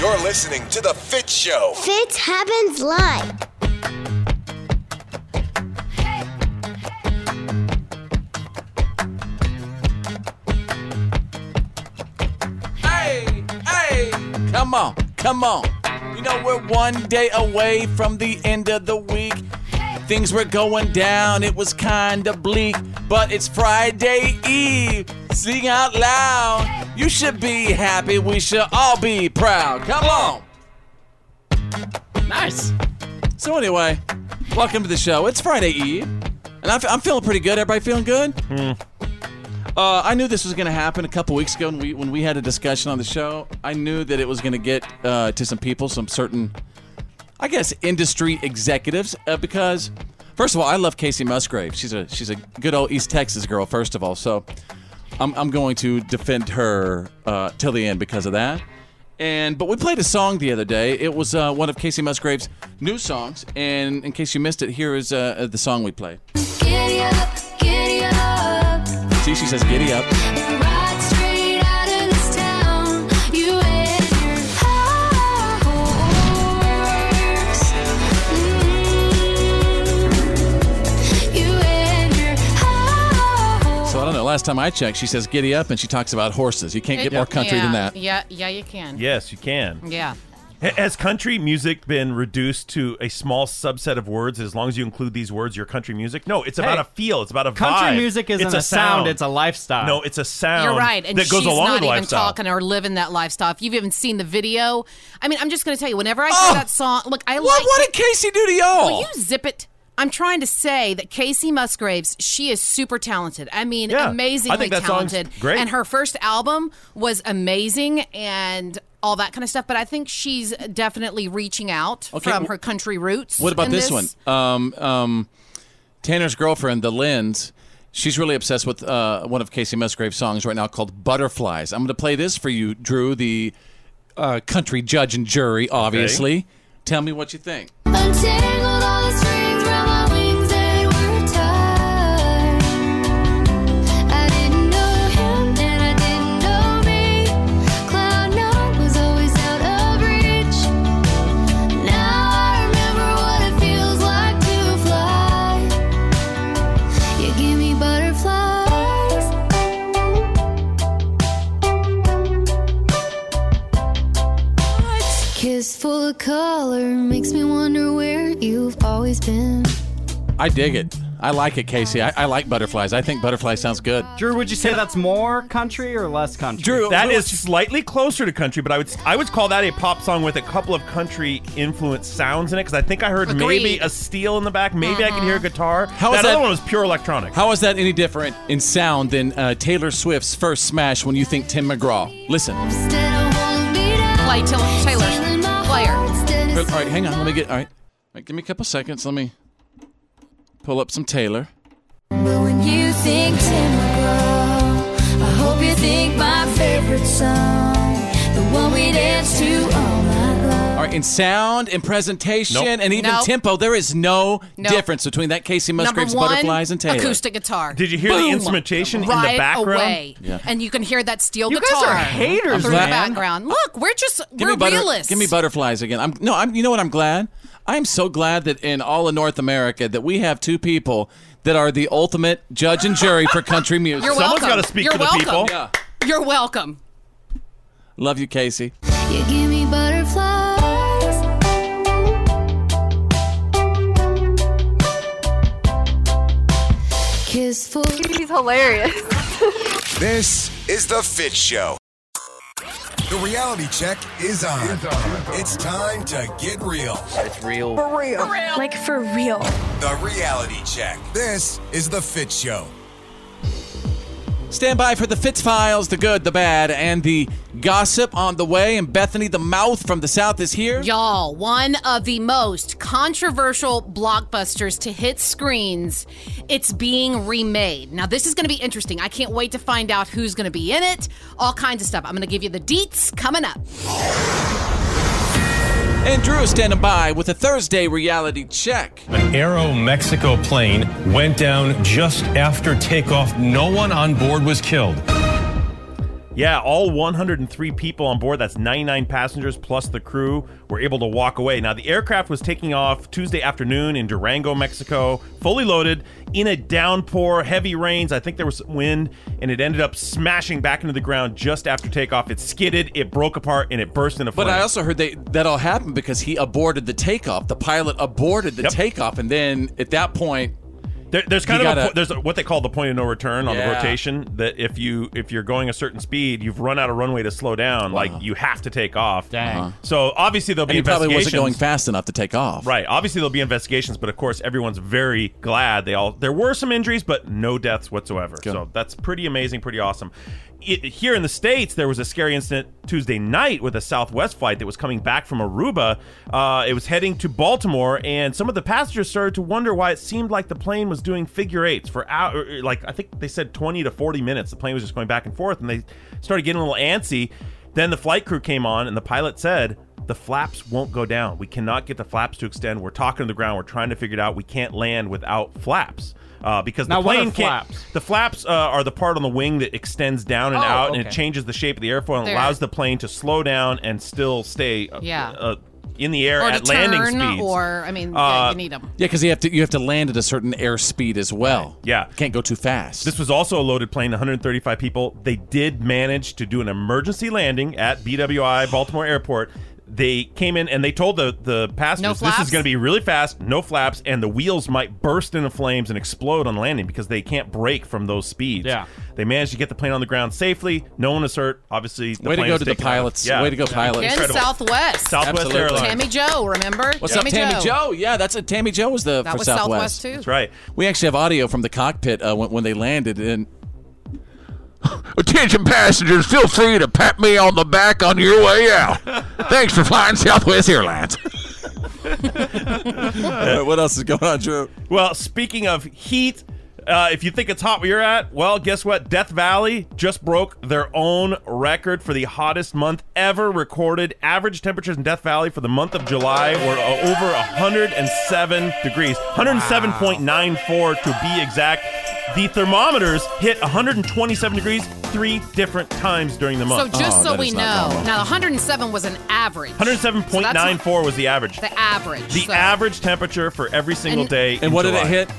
Speaker 10: You're listening to The Fit Show.
Speaker 8: Fitz happens live.
Speaker 5: Hey, hey, come on, come on. You know, we're one day away from the end of the week. Things were going down, it was kinda bleak, but it's Friday Eve. Sing out loud. You should be happy, we should all be proud. Come on.
Speaker 6: Nice.
Speaker 5: So, anyway, welcome to the show. It's Friday Eve, and I'm, I'm feeling pretty good. Everybody feeling good? Uh, I knew this was going to happen a couple weeks ago when we when we had a discussion on the show. I knew that it was going to get uh, to some people, some certain, I guess, industry executives, uh, because first of all, I love Casey Musgrave. She's a she's a good old East Texas girl. First of all, so I'm I'm going to defend her uh, till the end because of that. And but we played a song the other day. It was uh, one of Casey Musgrave's new songs. And in case you missed it, here is uh, the song we played.
Speaker 9: Giddy up, giddy up,
Speaker 5: See, she says, "Giddy up."
Speaker 9: ride straight out of this town. You and your horse. Mm. You and your horse.
Speaker 5: So I don't know. A lot last time I checked, she says giddy up and she talks about horses. You can't get more country
Speaker 7: yeah,
Speaker 5: than that.
Speaker 7: Yeah, yeah, you can.
Speaker 4: Yes, you can.
Speaker 7: Yeah.
Speaker 4: H- Has country music been reduced to a small subset of words? As long as you include these words, your country music. No, it's about
Speaker 6: Hey,
Speaker 4: a feel. It's about a
Speaker 6: Country
Speaker 4: vibe.
Speaker 6: music isn't
Speaker 4: it's
Speaker 6: a sound, it's a lifestyle.
Speaker 4: No, it's a sound.
Speaker 7: You're right, and
Speaker 4: that goes
Speaker 7: she's
Speaker 4: along
Speaker 7: not
Speaker 4: with
Speaker 7: even
Speaker 4: lifestyle.
Speaker 7: talking or living that lifestyle. If you've even seen the video, I mean, I'm just going to tell you. Whenever I hear
Speaker 5: Oh!
Speaker 7: that song, look, I
Speaker 5: What,
Speaker 7: like.
Speaker 5: what did Casey do to y'all?
Speaker 7: Will you zip it? I'm trying to say that Casey Musgraves, she is super talented. I mean,
Speaker 4: Yeah.
Speaker 7: amazingly
Speaker 4: I think that song's
Speaker 7: talented.
Speaker 4: great.
Speaker 7: And her first album was amazing and all that kind of stuff. But I think she's definitely reaching out
Speaker 5: Okay,
Speaker 7: from
Speaker 5: wh-
Speaker 7: her country roots.
Speaker 5: What about
Speaker 7: in
Speaker 5: this, one? Um, um, Tanner's girlfriend, the Lens, she's really obsessed with uh, one of Casey Musgrave's songs right now called "Butterflies." I'm going to play this for you, Drew, the uh, country judge and jury. Obviously, tell me what you think.
Speaker 9: Untangled all the strings from my wings that were tied. I didn't know him and I didn't know me. Cloud nine was always out of reach. Now I remember what it feels like to fly. You give me butterflies. Kiss full of color makes me wonder where you've always been.
Speaker 5: I dig it. I like it, Casey. I, I like butterflies. I think butterflies sounds good.
Speaker 6: Drew, would you say that's more country or less country?
Speaker 5: Drew,
Speaker 4: That
Speaker 5: Drew,
Speaker 4: is slightly closer to country, but I would I would call that a pop song with a couple of country influenced sounds in it because I think I heard maybe
Speaker 7: Agreed.
Speaker 4: a steel in the back, maybe I could hear a guitar.
Speaker 5: How is
Speaker 4: that,
Speaker 5: that-
Speaker 4: other one was pure electronic.
Speaker 5: How is that any different in sound than uh, Taylor Swift's first smash when you think Tim McGraw? Listen. All
Speaker 9: Instead of holding me down.
Speaker 7: Play Taylor.
Speaker 9: Stealing
Speaker 7: Taylor.
Speaker 9: my
Speaker 7: Player.
Speaker 9: heart instead of
Speaker 5: right, hang on. Let me get. All right. All right, give me a couple seconds. Let me pull up some Taylor.
Speaker 9: But when you think Tim McGraw, I hope you think my favorite song, the one we danced to Oh, all night long.
Speaker 5: All right, in sound, in presentation,
Speaker 4: Nope.
Speaker 5: and even
Speaker 7: Nope.
Speaker 5: tempo, there is no
Speaker 7: Nope.
Speaker 5: difference between that Casey
Speaker 7: Number
Speaker 5: Musgraves
Speaker 7: one,
Speaker 5: Butterflies and Taylor.
Speaker 7: acoustic guitar.
Speaker 4: Did you hear the
Speaker 7: Boom.
Speaker 4: instrumentation in the
Speaker 7: right
Speaker 4: background?
Speaker 7: Away.
Speaker 5: Yeah.
Speaker 7: And you can hear that steel
Speaker 6: You guys
Speaker 7: guitar.
Speaker 6: are haters,
Speaker 7: through
Speaker 5: man.
Speaker 7: the background. Look, we're just
Speaker 5: Give
Speaker 7: we're
Speaker 5: me butter-
Speaker 7: realists.
Speaker 5: Give me butterflies again. I'm no. I'm. You know what? I'm glad. I'm so glad that in all of North America that we have two people that are the ultimate judge and jury for country music.
Speaker 7: You're
Speaker 4: Someone's
Speaker 7: welcome.
Speaker 4: gotta speak
Speaker 7: You're
Speaker 4: to the
Speaker 7: welcome.
Speaker 4: people.
Speaker 5: yeah.
Speaker 7: You're welcome.
Speaker 5: Love you, Casey.
Speaker 9: You give me butterflies. Kiss for
Speaker 12: He's hilarious.
Speaker 2: This is The Fit Show. The reality check is on. It's, time to get real.
Speaker 12: Like for real.
Speaker 2: The reality check. This is The Fit Show.
Speaker 5: Stand by for the Fitz Files, the good, the bad, and the gossip on the way. And Bethany, the mouth from the south, is here.
Speaker 7: Y'all, one of the most controversial blockbusters to hit screens, it's being remade. Now, this is going to be interesting. I can't wait to find out who's going to be in it, all kinds of stuff. I'm going to give you the deets coming up.
Speaker 5: And Drew is standing by with a Thursday reality check.
Speaker 11: An Aero Mexico plane went down just after takeoff. No one on board was killed.
Speaker 4: Yeah, all 103 people on board, that's 99 passengers plus the crew, were able to walk away. Now, the aircraft was taking off Tuesday afternoon in Durango, Mexico, fully loaded in a downpour, heavy rains. I think there was wind, and it ended up smashing back into the ground just after takeoff. It skidded, it broke apart, and it burst into flames.
Speaker 5: But I also heard they, that all happened because he aborted the takeoff. The pilot aborted the
Speaker 4: Yep.
Speaker 5: takeoff, and then at that point,
Speaker 4: There, there's kind
Speaker 5: You
Speaker 4: of a,
Speaker 5: gotta-
Speaker 4: po- there's a- what they call the point of no return on
Speaker 5: Yeah.
Speaker 4: the rotation. That if you if you're going a certain speed, you've run out of runway to slow down. Like you have to take off.
Speaker 6: Dang. Uh-huh.
Speaker 4: So obviously there'll
Speaker 5: and
Speaker 4: be
Speaker 5: he probably
Speaker 4: investigations.
Speaker 5: wasn't going fast enough to take off.
Speaker 4: Right. Obviously there'll be investigations, but of course everyone's very glad they all. There were some injuries, but no deaths whatsoever. So that's pretty amazing, pretty awesome. It, here in the states, there was a scary incident Tuesday night with a Southwest flight that was coming back from Aruba. Uh, it was heading to Baltimore, and some of the passengers started to wonder why it seemed like the plane was doing figure eights for hour, or, like I think they said 20 to 40 minutes. The plane was just going back and forth, and they started getting a little antsy. Then the flight crew came on, and the pilot said, "The flaps won't go down. We cannot get the flaps to extend. We're talking to the ground. We're trying to figure it out. We can't land without flaps." Uh, because
Speaker 6: Now,
Speaker 4: the
Speaker 6: what are
Speaker 4: plane can't-
Speaker 6: flaps?
Speaker 4: The flaps uh, are the part on the wing that extends down and
Speaker 6: Oh,
Speaker 4: out, and it
Speaker 6: okay.
Speaker 4: changes the shape of the airfoil and
Speaker 7: There.
Speaker 4: allows the plane to slow down and still stay uh,
Speaker 7: Yeah.
Speaker 4: uh, in the air
Speaker 7: or
Speaker 4: at
Speaker 7: to
Speaker 4: landing
Speaker 7: turn,
Speaker 4: speeds.
Speaker 7: or I mean, yeah,
Speaker 4: Uh,
Speaker 7: you need them.
Speaker 5: Yeah, because you have to you have to land at a certain airspeed as well.
Speaker 4: Yeah.
Speaker 5: Can't go too fast.
Speaker 4: This was also a loaded plane, 135 people. They did manage to do an emergency landing at BWI Baltimore Airport. They came in and they told the, the passengers this is
Speaker 7: flaps?
Speaker 4: going to be really fast, no flaps, and the wheels might burst into flames and explode on landing because they can't brake from those speeds.
Speaker 5: Yeah.
Speaker 4: They managed to get the plane on the ground safely. No one was hurt. Obviously, the
Speaker 5: Way to
Speaker 4: plane
Speaker 5: go
Speaker 4: was
Speaker 5: to the
Speaker 4: taken out.
Speaker 5: pilots.
Speaker 4: Yeah.
Speaker 5: Way to go, pilots.
Speaker 7: Again,
Speaker 4: Incredible.
Speaker 7: Southwest.
Speaker 4: Southwest Absolutely. Airlines.
Speaker 7: Tammy Joe, remember?
Speaker 5: What's up, Tammy Joe? Yeah, that's it. Tammy Joe was the
Speaker 7: That
Speaker 5: for
Speaker 7: was
Speaker 5: Southwest.
Speaker 7: Southwest, too. That's
Speaker 4: right.
Speaker 5: We actually have audio from the cockpit uh, when, when they landed, and
Speaker 13: Attention passengers, feel free to pat me on the back on your way out. Thanks for flying Southwest Airlines.
Speaker 5: right, what else is going on, Drew?
Speaker 4: Well, speaking of heat, uh, if you think it's hot where you're at, well, guess what? Death Valley just broke their own record for the hottest month ever recorded. Average temperatures in Death Valley for the month of July were uh, over 107 degrees, 107.94 to be exact. The thermometers hit 127 degrees three different times during the
Speaker 7: So
Speaker 4: month.
Speaker 7: just so we know, now 107 was an average.
Speaker 4: 107.94 was the average.
Speaker 7: The average.
Speaker 4: The
Speaker 7: so-
Speaker 4: average temperature for every single
Speaker 7: And-
Speaker 4: day.
Speaker 5: And
Speaker 4: in
Speaker 5: what did it
Speaker 4: July.
Speaker 5: hit?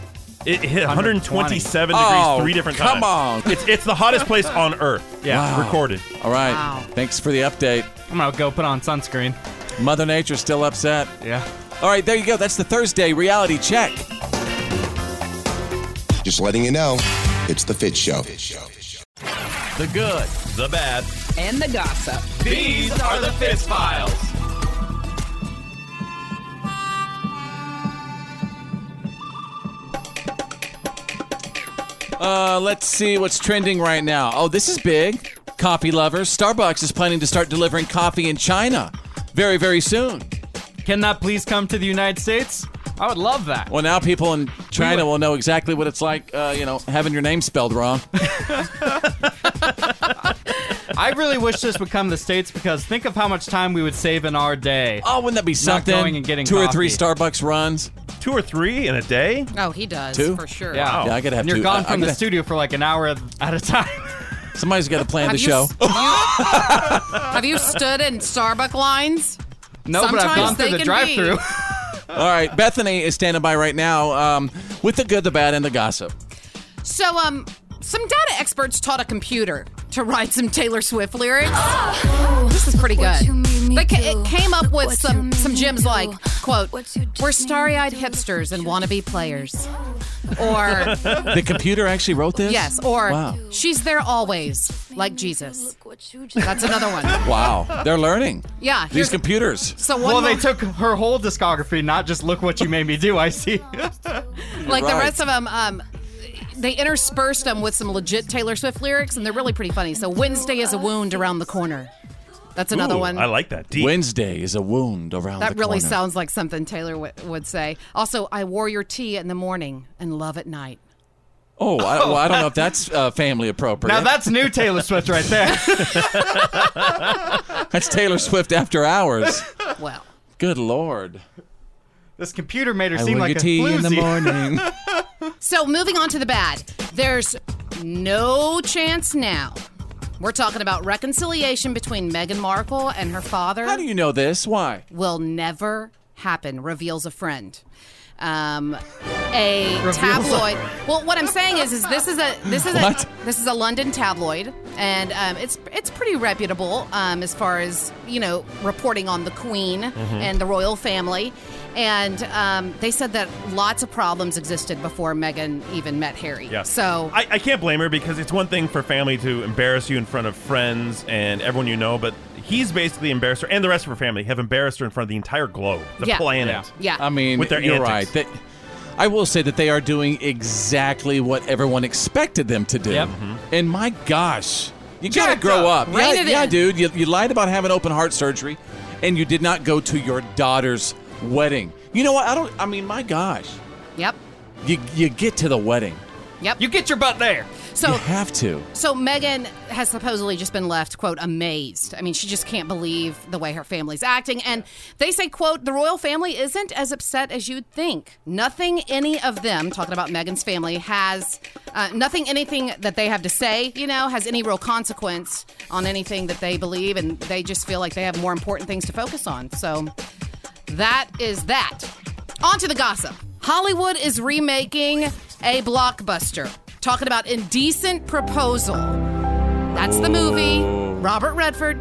Speaker 4: It hit 127
Speaker 5: Oh,
Speaker 4: degrees three different
Speaker 5: come
Speaker 4: times.
Speaker 5: on.
Speaker 4: It's, it's the hottest place on Earth. Yeah.
Speaker 5: Wow.
Speaker 4: Recorded.
Speaker 5: All right.
Speaker 4: Wow.
Speaker 5: Thanks for the update.
Speaker 6: I'm gonna go put on sunscreen.
Speaker 5: Mother Nature's still upset.
Speaker 6: Yeah.
Speaker 5: All right, there you go. That's the Thursday reality check.
Speaker 2: Just letting you know, it's the Fit Show.
Speaker 5: The good,
Speaker 4: the bad,
Speaker 14: and the gossip.
Speaker 11: These are the Fist Files.
Speaker 5: Uh, let's see what's trending right now. Oh, this is big. Coffee lovers. Starbucks is planning to start delivering coffee in China very, very soon.
Speaker 6: Can that please come to the United States? I would love that.
Speaker 5: Well, now people in China will know exactly what it's like, uh, you know, having your name spelled wrong.
Speaker 6: I really wish this would come to the states because think of how much time we would save in our day.
Speaker 5: Oh, wouldn't that be something?
Speaker 6: Not going and getting
Speaker 5: Two or three
Speaker 6: coffee.
Speaker 5: Starbucks runs.
Speaker 4: Two or three in a day?
Speaker 7: Oh, he does
Speaker 5: Two?
Speaker 7: for sure.
Speaker 5: Yeah. Yeah, I gotta have
Speaker 6: and Oh. you're
Speaker 5: two. I-
Speaker 6: gone
Speaker 5: I
Speaker 6: from the
Speaker 5: gotta-
Speaker 6: studio for like an hour at a time.
Speaker 5: Somebody's got to plan
Speaker 7: Have
Speaker 5: the
Speaker 7: you
Speaker 5: show.
Speaker 7: s- Have you stood in Starbucks lines?
Speaker 5: No, but I've
Speaker 7: Sometimes
Speaker 5: gone through
Speaker 7: they
Speaker 5: the
Speaker 7: can
Speaker 5: drive-thru.
Speaker 7: be.
Speaker 5: All right, Bethany is standing by right now um, with the good, the bad, and the gossip.
Speaker 7: So, um, some data experts taught a computer to write some Taylor Swift lyrics. this is pretty good. They ca- it came up with some some gems like, "quote We're starry-eyed hipsters and wannabe players," or
Speaker 5: the computer actually wrote this.
Speaker 7: yes, or
Speaker 5: wow,
Speaker 7: "She's there always, like Jesus." That's another one.
Speaker 5: wow, they're learning.
Speaker 7: Yeah,
Speaker 5: these
Speaker 7: here's-
Speaker 5: computers.
Speaker 7: So one
Speaker 6: well,
Speaker 7: more-
Speaker 6: they took her whole discography, not just "Look What You Made Me Do." I see.
Speaker 7: like the rest of them um they interspersed them with some legit Taylor Swift lyrics and they're really pretty funny. So Wednesday is a wound around the corner. That's another one.
Speaker 4: like that.
Speaker 5: Wednesday is a wound around
Speaker 7: that
Speaker 5: the
Speaker 7: really
Speaker 5: corner.
Speaker 7: sounds like something Taylor w- would say. Also, I wore your tea in the morning and love at night.
Speaker 5: Oh, I, well, I don't know if that's uh, family appropriate.
Speaker 6: Now that's new Taylor Swift right there.
Speaker 5: that's Taylor Swift after hours.
Speaker 7: Well,
Speaker 5: Good lord.
Speaker 6: this computer made her
Speaker 5: I
Speaker 6: seem
Speaker 5: want
Speaker 6: like
Speaker 5: your tea
Speaker 6: a
Speaker 5: in the
Speaker 6: floozy.
Speaker 5: morning.
Speaker 7: so moving on to the bad. There's no chance now. We're talking about reconciliation between Meghan Markle and her father.
Speaker 5: How do you know this? Why?
Speaker 7: will never happen, reveals a friend. Um, a
Speaker 5: Reveals a-
Speaker 7: tabloid. Well, what I'm saying is, is this is a this is
Speaker 5: What?
Speaker 7: a this is a London tabloid, and um, it's it's pretty reputable um, as far as you know reporting on the Queen
Speaker 5: Mm-hmm.
Speaker 14: Mhm.
Speaker 7: and the royal family. And um, they said that lots of problems existed before Meghan even met Harry.
Speaker 4: Yeah.
Speaker 7: So
Speaker 4: I, I can't blame her because it's one thing for family to embarrass you in front of friends and everyone you know, but he's basically embarrassed her and the rest of her family have embarrassed her in front of the entire globe, the
Speaker 7: Yeah.
Speaker 4: planet.
Speaker 7: Yeah.
Speaker 5: I mean,
Speaker 4: With their
Speaker 5: you're
Speaker 4: antics.
Speaker 5: right. That- I will say that they are doing exactly what everyone expected them to do. Mm-hmm.
Speaker 4: Yep.
Speaker 5: And my gosh, you got to grow up.
Speaker 7: Rein
Speaker 5: yeah,
Speaker 7: it
Speaker 5: yeah
Speaker 7: in.
Speaker 5: dude. You, you lied about having open heart surgery, and you did not go to your daughter's wedding. You know what? I don't. I mean, my gosh.
Speaker 7: Yep.
Speaker 5: You you get to the wedding.
Speaker 7: Yep.
Speaker 6: You get your butt there.
Speaker 7: So
Speaker 5: you have to.
Speaker 7: So Megan has supposedly just been left, quote, amazed. I mean, she just can't believe the way her family's acting. And they say, quote, the royal family isn't as upset as you'd think. Nothing any of them, talking about Megan's family, has uh, nothing, anything that they have to say, you know, has any real consequence on anything that they believe. And they just feel like they have more important things to focus on. So That is that. On to the gossip. Hollywood is remaking a blockbuster. Talking about Indecent Proposal. That's the movie. Robert Redford,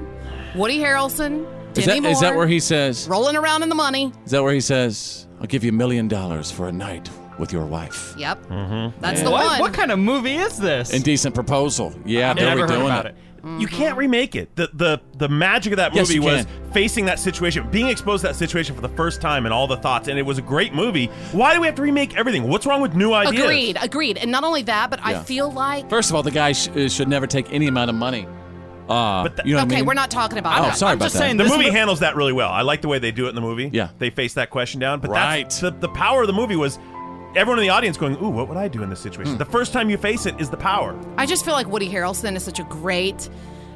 Speaker 7: Woody Harrelson,
Speaker 5: Oh. Is
Speaker 7: Demi
Speaker 5: that, is that
Speaker 7: Moore,
Speaker 5: where he says?
Speaker 7: rolling around in the money.
Speaker 5: Is that where he says, "I'll give you a million dollars for a night with your wife"?
Speaker 7: Yep.
Speaker 5: Mm-hmm.
Speaker 7: That's the one. What
Speaker 6: kind of movie is this?
Speaker 5: Indecent proposal. Yeah,
Speaker 4: I've
Speaker 5: they're
Speaker 4: never heard
Speaker 5: redoing
Speaker 4: about
Speaker 5: it.
Speaker 4: You can't remake it. The the the magic of that
Speaker 5: Yes,
Speaker 4: movie
Speaker 5: you
Speaker 4: was
Speaker 5: can.
Speaker 4: facing that situation, being exposed to that situation for the first time and all the thoughts, and it was a great movie. Why do we have to remake everything? What's wrong with new ideas?
Speaker 7: Agreed, agreed. And not only that, but I
Speaker 5: Yeah.
Speaker 7: feel like.
Speaker 5: First of all, the guy sh- uh, should never take any amount of money. Uh, you know what
Speaker 7: okay,
Speaker 5: I mean? Oh,
Speaker 7: we're not talking about that.
Speaker 4: the movie handles that really well. I like the way they do it in the movie. Yeah, they face that question down. But that's the, the power of the movie was everyone in the audience going, "Ooh, what would I do in this situation?" The first time you face it is the power.
Speaker 7: I just feel like Woody Harrelson is such a great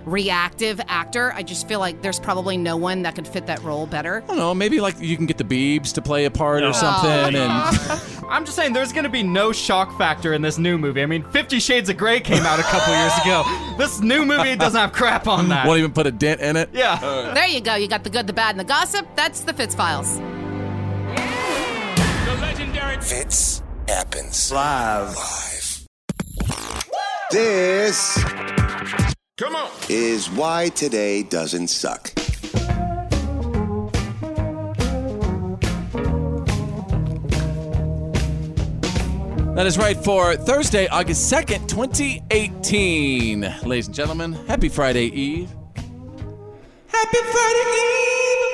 Speaker 7: reactive actor. I just feel like there's probably no one that could fit that role better.
Speaker 5: I don't know. Maybe like you can get the Beebs to play a part
Speaker 7: No.
Speaker 5: or something,
Speaker 7: Aw.
Speaker 5: and
Speaker 6: I'm just saying, there's going to be no shock factor in this new movie. I mean, Fifty Shades of Grey came out a couple years ago. This new movie doesn't have crap on that.
Speaker 5: won't even put a dent in it.
Speaker 6: Yeah.
Speaker 7: There you go. You got the good, the bad, and the gossip. That's the Fitz Files.
Speaker 2: Fits happens live. Live. This. Come on. Is why today doesn't suck.
Speaker 5: That is right for Thursday, August 2nd, 2018. Ladies and gentlemen, happy Friday Eve. Happy Friday
Speaker 6: Eve!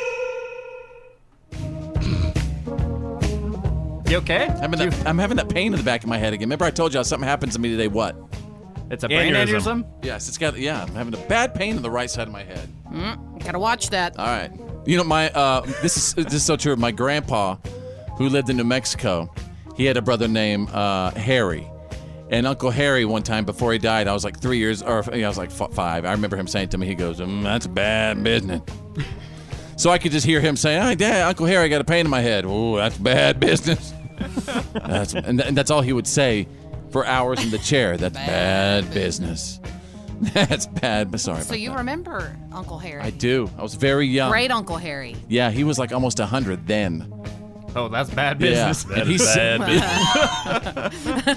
Speaker 6: You okay?
Speaker 5: I'm, in that, I'm having that pain in the back of my head again. Remember I told you all something happens to me today, what?
Speaker 6: It's a brain Aneurysm. aneurysm?
Speaker 5: Yes, it's got, yeah, I'm having a bad pain in the right side of my head.
Speaker 7: Mm, gotta watch that.
Speaker 5: All right. You know, my uh, this is this is so true. My grandpa, who lived in New Mexico, he had a brother named uh, Harry. And Uncle Harry, one time before he died, I was like three years, or you know, I was like f- five. I remember him saying to me, he goes, mm, "That's bad business." so I could just hear him saying, "Hey, Dad, Uncle Harry, I got a pain in my head. Oh, that's bad business." that's, and, th- and that's all he would say for hours in the chair. That's bad, business. that's bad. But sorry.
Speaker 7: So
Speaker 5: about
Speaker 7: you remember Uncle Harry?
Speaker 5: I do. I was very young.
Speaker 7: Great Uncle Harry.
Speaker 5: Yeah, he was like almost 100 then.
Speaker 6: Oh, that's bad
Speaker 5: Yeah.
Speaker 6: business.
Speaker 5: And he said-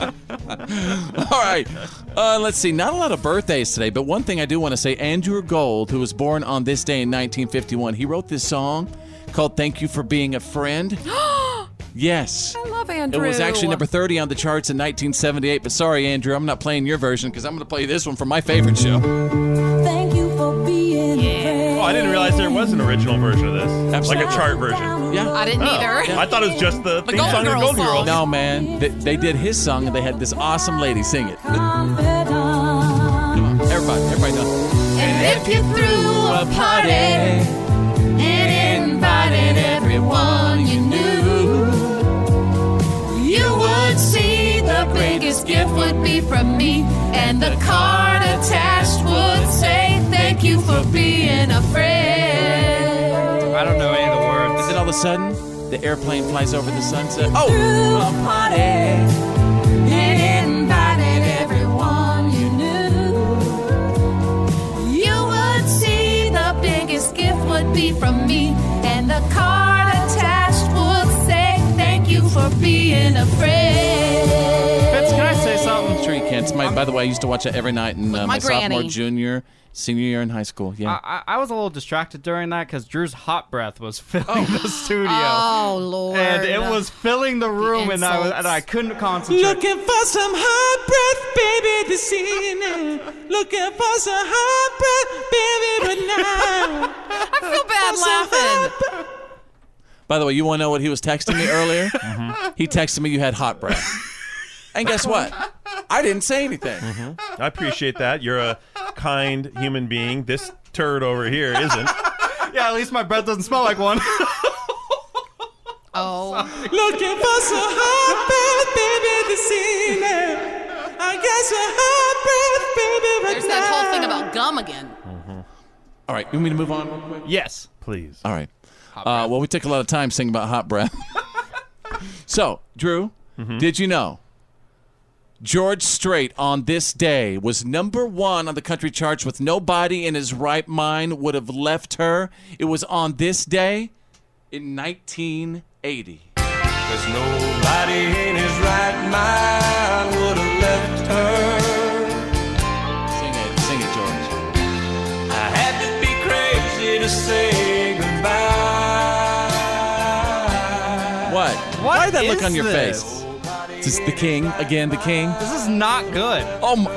Speaker 4: Uh,
Speaker 5: All right. Uh, let's see. Not a lot of birthdays today, but one thing I do want to say Andrew Gold, who was born on this day in 1951, he wrote this song called Thank You for Being a Friend. yes.
Speaker 12: I love
Speaker 5: It
Speaker 12: Andrew.
Speaker 5: was actually number 30 on the charts in 1978, but sorry, Andrew, I'm not playing your version because I'm going to play this one from my favorite show.
Speaker 14: Thank you for being
Speaker 4: Oh, I didn't realize there was an original version of this, like a chart version.
Speaker 5: Yeah,
Speaker 7: I didn't
Speaker 4: Oh.
Speaker 7: either.
Speaker 4: I thought it was just the theme song of the Golden Girls.
Speaker 5: No, man. They, they did his song and they had this awesome lady sing it. Come on, everybody, everybody knows.
Speaker 9: And if you threw a party and invited everyone you knew, you would see the biggest gift would be from me, and the card attached would say, Thank you for being a friend.
Speaker 6: I don't know any of the words.
Speaker 5: And then all of a sudden, the airplane flies over the sunset. Oh!
Speaker 9: Threw a party and invited everyone you knew. You would see the biggest gift would be from me, and the card attached would say, Thank you for being a friend.
Speaker 5: Fitz, can I say something? Sure, you can. It's my, by the way, I used to watch it every night in uh,
Speaker 6: my
Speaker 5: my, sophomore,
Speaker 6: granny. Uh.
Speaker 5: junior, senior year in high school. Yeah.
Speaker 6: I, I was a little distracted during that because Drew's hot breath was filling the studio.
Speaker 7: Oh, Lord.
Speaker 6: And it was filling the room, and I was, and I couldn't concentrate.
Speaker 5: Looking for some hot breath, baby, this evening. Looking for some hot breath, baby, but now.
Speaker 7: I feel bad laughing.
Speaker 5: By the way, you want to know what he was texting me earlier?
Speaker 6: Uh-huh.
Speaker 5: He texted me, you had hot breath. and guess what? I didn't say anything.
Speaker 4: I appreciate that. You're a kind human being. This turd over here isn't.
Speaker 6: yeah, at least my breath doesn't smell like one.
Speaker 7: Oh.
Speaker 9: Looking for some hot breath, baby, this evening. I guess a hot breath, baby, right
Speaker 7: There's that whole thing about gum again.
Speaker 5: All right, you want me to move on real quick?
Speaker 6: Yes.
Speaker 4: Please.
Speaker 5: All right. Uh, well, we took a lot of time Mm-hmm. singing about hot breath. so, Drew, did you know George Strait on this day was number one on the country charts with nobody in his right mind would have left her. It was on this day in 1980.
Speaker 3: There's nobody in his right mind would have left her.
Speaker 5: Sing it, sing it, George.
Speaker 3: I had to be crazy to say goodbye.
Speaker 5: What? Why did that look
Speaker 3: is
Speaker 5: on your
Speaker 3: this?
Speaker 5: face? This is the king again. The king.
Speaker 6: This is not good.
Speaker 5: Oh. My.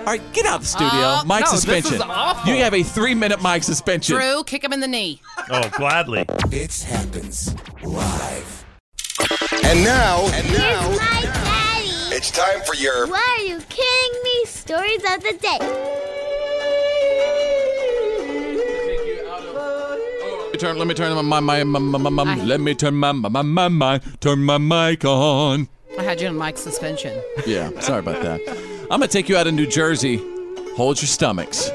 Speaker 5: All right, get out of the studio.
Speaker 7: Uh,
Speaker 5: mic
Speaker 7: no, this
Speaker 5: suspension.
Speaker 7: is awful.
Speaker 5: You have a three-minute mic suspension.
Speaker 7: Drew, kick him in the knee.
Speaker 4: Oh, gladly.
Speaker 2: It happens live. And now, and now, it's time for your
Speaker 8: Why are you kidding me? Stories of the day.
Speaker 5: Let me turn. Let me turn my my my my my. my let me turn my my my my my. Turn my mic on.
Speaker 7: I had you on mic suspension.
Speaker 5: Yeah, sorry about that. I'm gonna take you out of New Jersey. Hold your stomachs.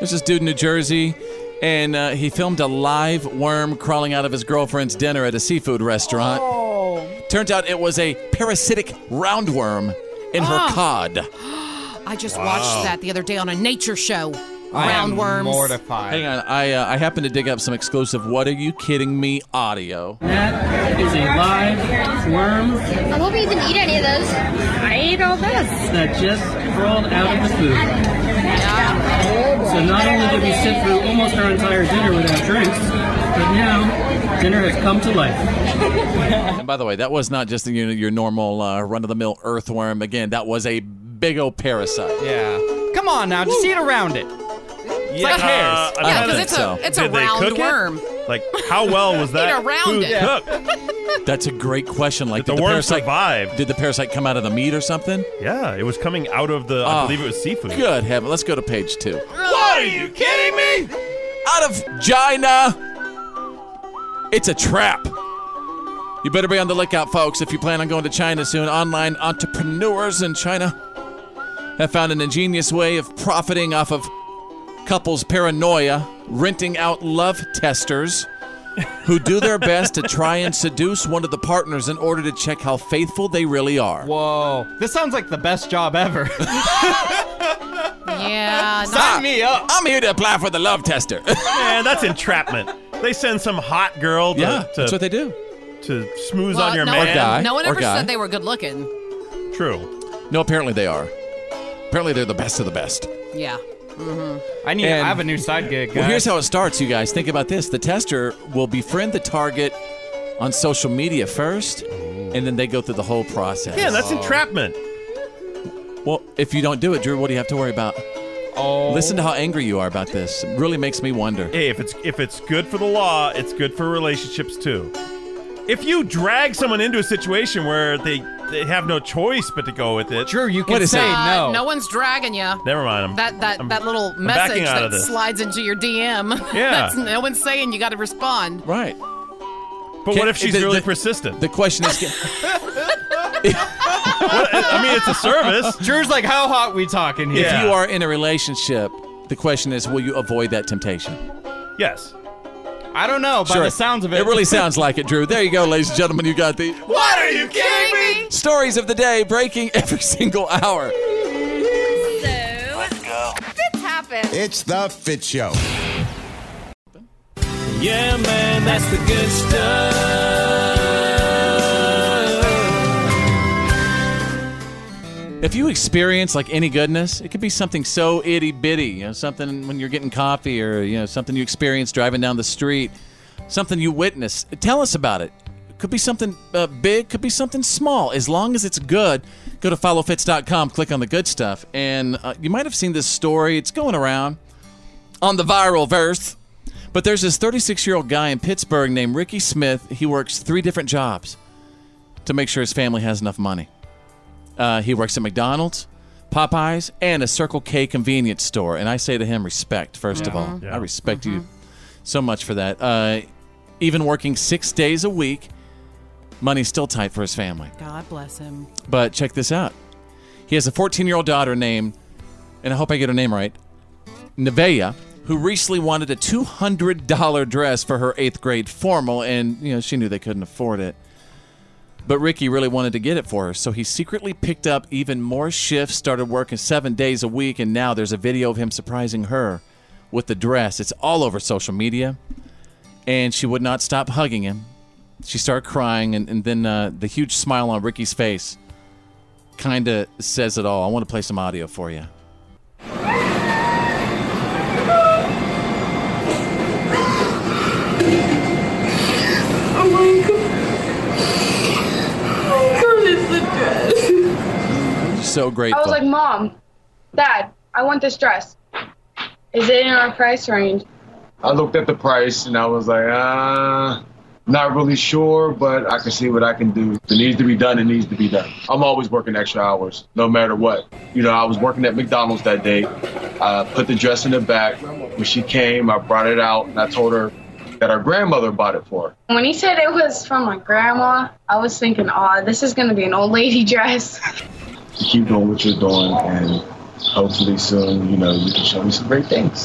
Speaker 5: There's this dude in New Jersey, and uh, he filmed a live worm crawling out of his girlfriend's dinner at a seafood restaurant. Turns out it was a parasitic roundworm in her
Speaker 7: Ah.
Speaker 5: cod.
Speaker 7: I just
Speaker 5: Wow.
Speaker 7: watched that the other day on a nature show.
Speaker 5: I am
Speaker 7: Roundworms.
Speaker 5: Hang on, I uh, I happened to dig up some exclusive. What are you kidding me? Audio.
Speaker 15: That is a live worm
Speaker 16: I hope you didn't eat any of those. I ate all this.
Speaker 15: that just crawled out of the food. So not only did we sit through almost our entire dinner without drinks, but now dinner has come to life.
Speaker 5: And by the way, that was not just the, your, your normal uh, run-of-the-mill earthworm. Again, that was a big old parasite.
Speaker 6: Yeah. Come on now, just eat around it. It's like hairs.
Speaker 4: Uh, I
Speaker 7: Yeah,
Speaker 4: don't
Speaker 7: 'cause
Speaker 4: think
Speaker 7: it's a-
Speaker 4: so.
Speaker 7: it's a
Speaker 4: Did they
Speaker 7: round
Speaker 4: cook it?
Speaker 7: worm.
Speaker 4: Like, how well was that
Speaker 7: Eat around
Speaker 4: food
Speaker 7: it.
Speaker 4: cooked?
Speaker 5: That's a great question. Like, did
Speaker 4: Did the
Speaker 5: the,
Speaker 4: worm
Speaker 5: parasite survive? Did the parasite come out of the meat or something?
Speaker 4: Yeah, it was coming out of the. I believe it was seafood.
Speaker 5: Ah. Good heaven! Let's go to page two.
Speaker 4: What are you Uh, kidding me?
Speaker 5: Out of China, it's a trap. You better be on the lookout, folks, if you plan on going to China soon. Online entrepreneurs in China have found an ingenious way of profiting off of couples' paranoia, renting out love testers who do their best to try and seduce one of the partners in order to check how faithful they really are.
Speaker 6: Whoa. This sounds like the best job ever.
Speaker 7: Yeah.
Speaker 6: Sign me up.
Speaker 5: I'm here to apply for the love tester.
Speaker 4: Man, that's entrapment. They send some hot girl. To,
Speaker 5: Yeah,
Speaker 4: to-
Speaker 5: that's what they do.
Speaker 4: To smooth
Speaker 7: Well,
Speaker 4: on your
Speaker 7: no
Speaker 4: man.
Speaker 7: One, no one
Speaker 5: or
Speaker 7: ever
Speaker 5: guy.
Speaker 7: said they were good looking.
Speaker 4: True.
Speaker 5: No, apparently they are. Apparently they're the best of the best.
Speaker 7: Yeah. hmm
Speaker 6: I need.
Speaker 5: And-
Speaker 6: I have a new side gig. Guys.
Speaker 5: Well, here's how it starts, you guys. Think about this. The tester will befriend the target on social media first, and then they go through the whole process.
Speaker 4: Yeah, that's entrapment.
Speaker 5: Well, if you don't do it, Drew, what do you have to worry about? Oh. Listen to how angry you are about this. It really makes me wonder.
Speaker 4: Hey, if it's if it's good for the law, it's good for relationships too. If you drag someone into a situation where they they have no choice but to go with it,
Speaker 6: Drew, you
Speaker 4: can say
Speaker 7: Uh, No one's dragging you.
Speaker 4: Never mind. I'm,
Speaker 7: That that
Speaker 4: I'm-
Speaker 7: that little
Speaker 4: I'm backing
Speaker 7: message
Speaker 4: out of
Speaker 7: that
Speaker 4: this.
Speaker 7: slides into your DM.
Speaker 4: Yeah.
Speaker 7: That's, no one's saying you got to respond.
Speaker 5: Right.
Speaker 4: But what if she's really persistent?
Speaker 5: The question is, can-
Speaker 4: I mean, it's a service.
Speaker 6: Drew's like, how hot we talking here?
Speaker 5: if you are in a relationship, the question is, will you avoid that temptation?
Speaker 4: yes.
Speaker 6: I don't know. By the sounds of it,
Speaker 5: It really sounds like it, Drew. There you go, ladies and gentlemen. You got the
Speaker 4: What are you kidding
Speaker 5: me? Stories of the day breaking every single hour.
Speaker 2: Let's go.
Speaker 12: This happened.
Speaker 2: It's the Fit Show.
Speaker 11: Yeah, man, that's the good stuff.
Speaker 5: If you experience like any goodness, it could be something so itty bitty, you know, something when you're getting coffee or you know something you experience driving down the street, something you witness. Tell us about it. Could be something uh, big, could be something small. As long as it's good, go to followfits.com, click on the good stuff, and uh, you might have seen this story. It's going around on the viral verse. But there's this 36 year old guy in Pittsburgh named Ricky Smith. He works three different jobs to make sure his family has enough money. Uh, he works at McDonald's, Popeyes, and a Circle K convenience store. And I say to him, respect, first of
Speaker 11: Yeah.
Speaker 5: all.
Speaker 11: Yeah. Mm-hmm.
Speaker 5: I respect you so much for that. Uh, even working six days a week, money's still tight for his family.
Speaker 7: God bless him.
Speaker 5: But check this out. He has a 14 year old daughter named, and I hope I get her name right, Nevaeh, who recently wanted a $200 dress for her eighth grade formal, and you know she knew they couldn't afford it. But Ricky really wanted to get it for her, so he secretly picked up even more shifts, started working seven days a week, and now there's a video of him surprising her with the dress. It's all over social media, and she would not stop hugging him. She started crying, and, and then uh, the huge smile on Ricky's face kind of says it all. I want to play some audio for you.
Speaker 14: Oh my god. Oh my god, it's the dress.
Speaker 5: So
Speaker 17: I
Speaker 5: grateful.
Speaker 17: was like, Mom, Dad, I want this dress. Is it in our price range?
Speaker 18: I looked at the price and I was like, uh, not really sure, but I can see what I can do. If it needs to be done, it needs to be done. I'm always working extra hours, no matter what. You know, I was working at McDonald's that day. I put the dress in the back. When she came, I brought it out and I told her that her grandmother bought it for her.
Speaker 17: When he said it was from my grandma, I was thinking, aw, this is gonna be an old lady dress.
Speaker 18: You keep doing what you're doing and hopefully soon, you know, you can show me some great things.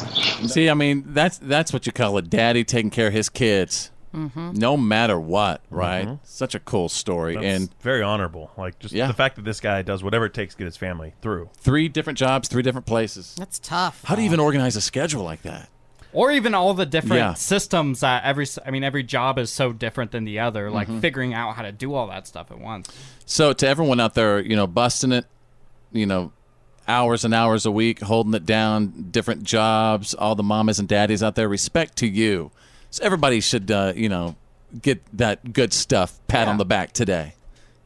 Speaker 5: See, I mean, that's that's what you call a daddy taking care of his kids,
Speaker 4: Mhm.
Speaker 5: no matter what, right? Such a cool story,
Speaker 4: That's
Speaker 5: and
Speaker 4: very honorable. Like just
Speaker 5: Yeah.
Speaker 4: the fact that this guy does whatever it takes to get his family through.
Speaker 5: three different jobs, three different places.
Speaker 7: That's tough.
Speaker 5: How do you even organize a schedule like that?
Speaker 6: or even all the different
Speaker 5: Yeah.
Speaker 6: systems that every s- I mean every job is so different than the other like
Speaker 5: Mhm.
Speaker 6: figuring out how to do all that stuff at once
Speaker 5: So to everyone out there, you know, busting it, you know, hours and hours a week, holding it down, different jobs, all the mamas and daddies out there, respect to you. So everybody should, uh, you know, get that good stuff pat on the back today.